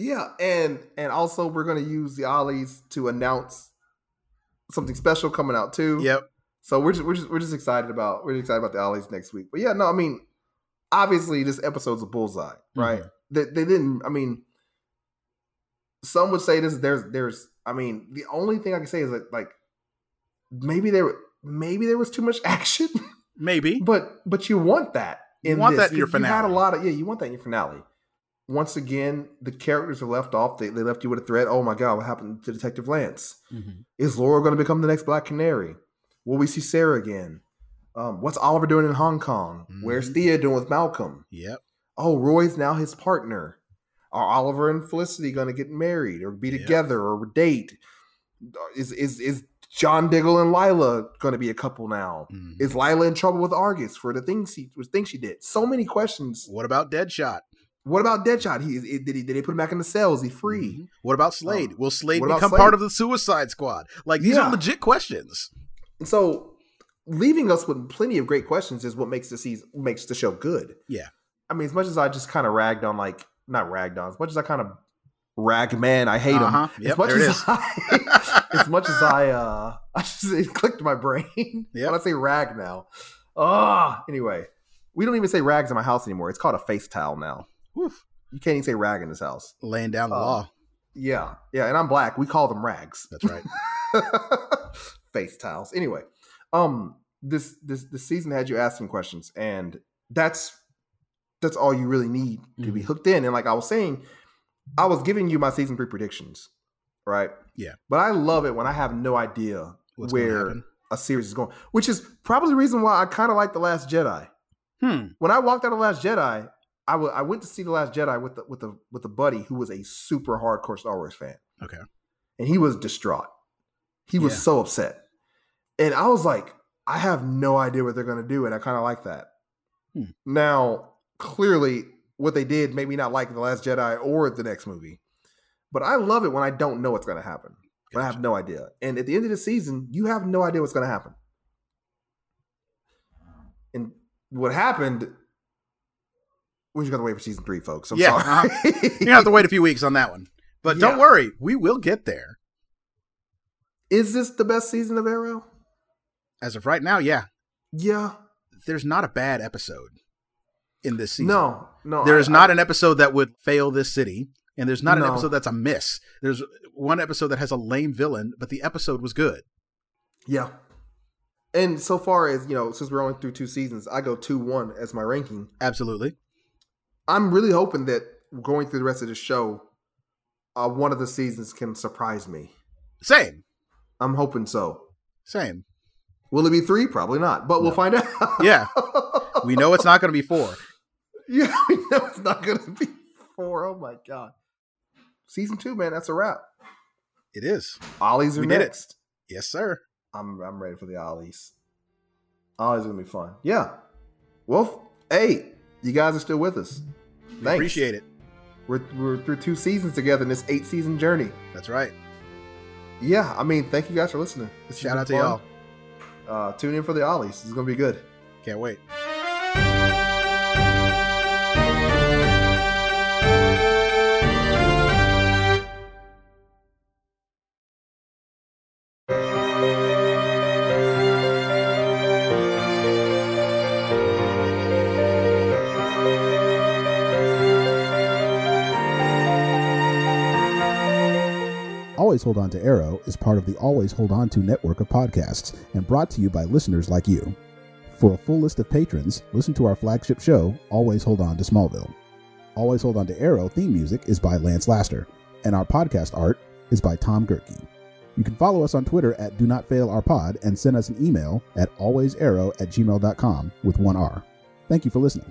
Yeah, and and also we're gonna use the ollies to announce something special coming out too. Yep. So we're just we're just we're just excited about we're excited about the ollies next week. But yeah, no, I mean, obviously this episode's a bullseye, right? They, they didn't. I mean, some would say this. There's there's. I mean, the only thing I can say is that like maybe there maybe there was too much action. Maybe. But but you want that. You want this, that in your 'cause You had a finale. lot of yeah. You want that in your finale. Once again, the characters are left off. They, they left you with a threat. Oh my god, what happened to Detective Lance? Mm-hmm. Is Laura going to become the next Black Canary? Will we see Sarah again? Um, what's Oliver doing in Hong Kong? Mm-hmm. Where's Thea doing with Malcolm? Yep. Oh, Roy's now his partner. Are Oliver and Felicity going to get married or be together or date? Is is is John Diggle and Lila going to be a couple now? Is Lila in trouble with Argus for the things she for the things she did? So many questions. What about Deadshot? What about Deadshot? He, is- did he did they put him back in the cell? Is he free? What about Slade? Um, Will Slade what about become Slade? part of the Suicide Squad? Like these Yeah. are legit questions. And so, leaving us with plenty of great questions is what makes the season makes the show good. Yeah. I mean, as much as I just kind of ragged on, like, not ragged on, as much as I kind of rag man, I hate Uh-huh. him. Yep, as much there it as is. I, as much as I, uh, I just it clicked my brain Yep. when I say rag now. Ah, anyway, we don't even say rags in my house anymore. It's called a face towel now. Oof. You can't even say rag in this house. Laying down the Uh, law. Yeah, yeah, and I'm black. We call them rags That's right. face tiles. Anyway, um, this this this season had you asking questions, and that's that's all you really need to Mm-hmm. be hooked in. And like I was saying, I was giving you my season three predictions, right? Yeah. But I love it when I have no idea What's gonna where happen. a series is going, which is probably the reason why I kind of like the Last Jedi. Hmm. When I walked out of Last Jedi. I wa- I went to see the Last Jedi with the, with a with a buddy who was a super hardcore Star Wars fan Okay. and he was distraught. He was Yeah. so upset. And I was like, I have no idea what they're going to do, and I kind of like that. Hmm. Now, clearly, what they did made me not like the Last Jedi or the next movie, but I love it when I don't know what's going to happen. When I have no idea, and at the end of the season, you have no idea what's going to happen. And what happened? We just got to wait for season three, folks. I'm yeah, sorry. uh-huh. you're gonna have to wait a few weeks on that one. But don't Yeah. worry, we will get there. Is this the best season of Arrow? As of right now, yeah, Yeah. there's not a bad episode in this season. No, no. there is I- not I- an episode that would fail this city, and there's not an No. episode that's a miss. There's one episode that has a lame villain, but the episode was good. Yeah. And so far as you know, since we're only through two seasons, I go two one as my ranking. Absolutely. I'm really hoping that going through the rest of the show, uh, one of the seasons can surprise me. Same. I'm hoping so. Same. Will it be three? Probably not, but we'll find out. Yeah. we know it's not going to be four. yeah, we know it's not gonna be four. Oh my god. Season two, man, that's a wrap. It is. Ollie's are We did it. next. Yes, sir. I'm I'm ready for the Ollies. Ollies gonna be fun. Yeah. Well, f- hey, you guys are still with us. We Thanks. appreciate it. We're we're through two seasons together in this eight season journey. That's right. Yeah, I mean, thank you guys for listening. This has Shout been out to fun. y'all. Uh, tune in for the Ollies. It's gonna be good. Can't wait. Always Hold On to Arrow is part of the Always Hold On to network of podcasts and brought to you by listeners like you. For a full list of patrons, listen to our flagship show, Always Hold On to Smallville. Always Hold On to Arrow theme music is by Lance Laster, and our podcast art is by Tom Gerke. You can follow us on Twitter at Do Not Fail Our Pod and send us an email at alwaysarrow at gmail.com with one R. Thank you for listening.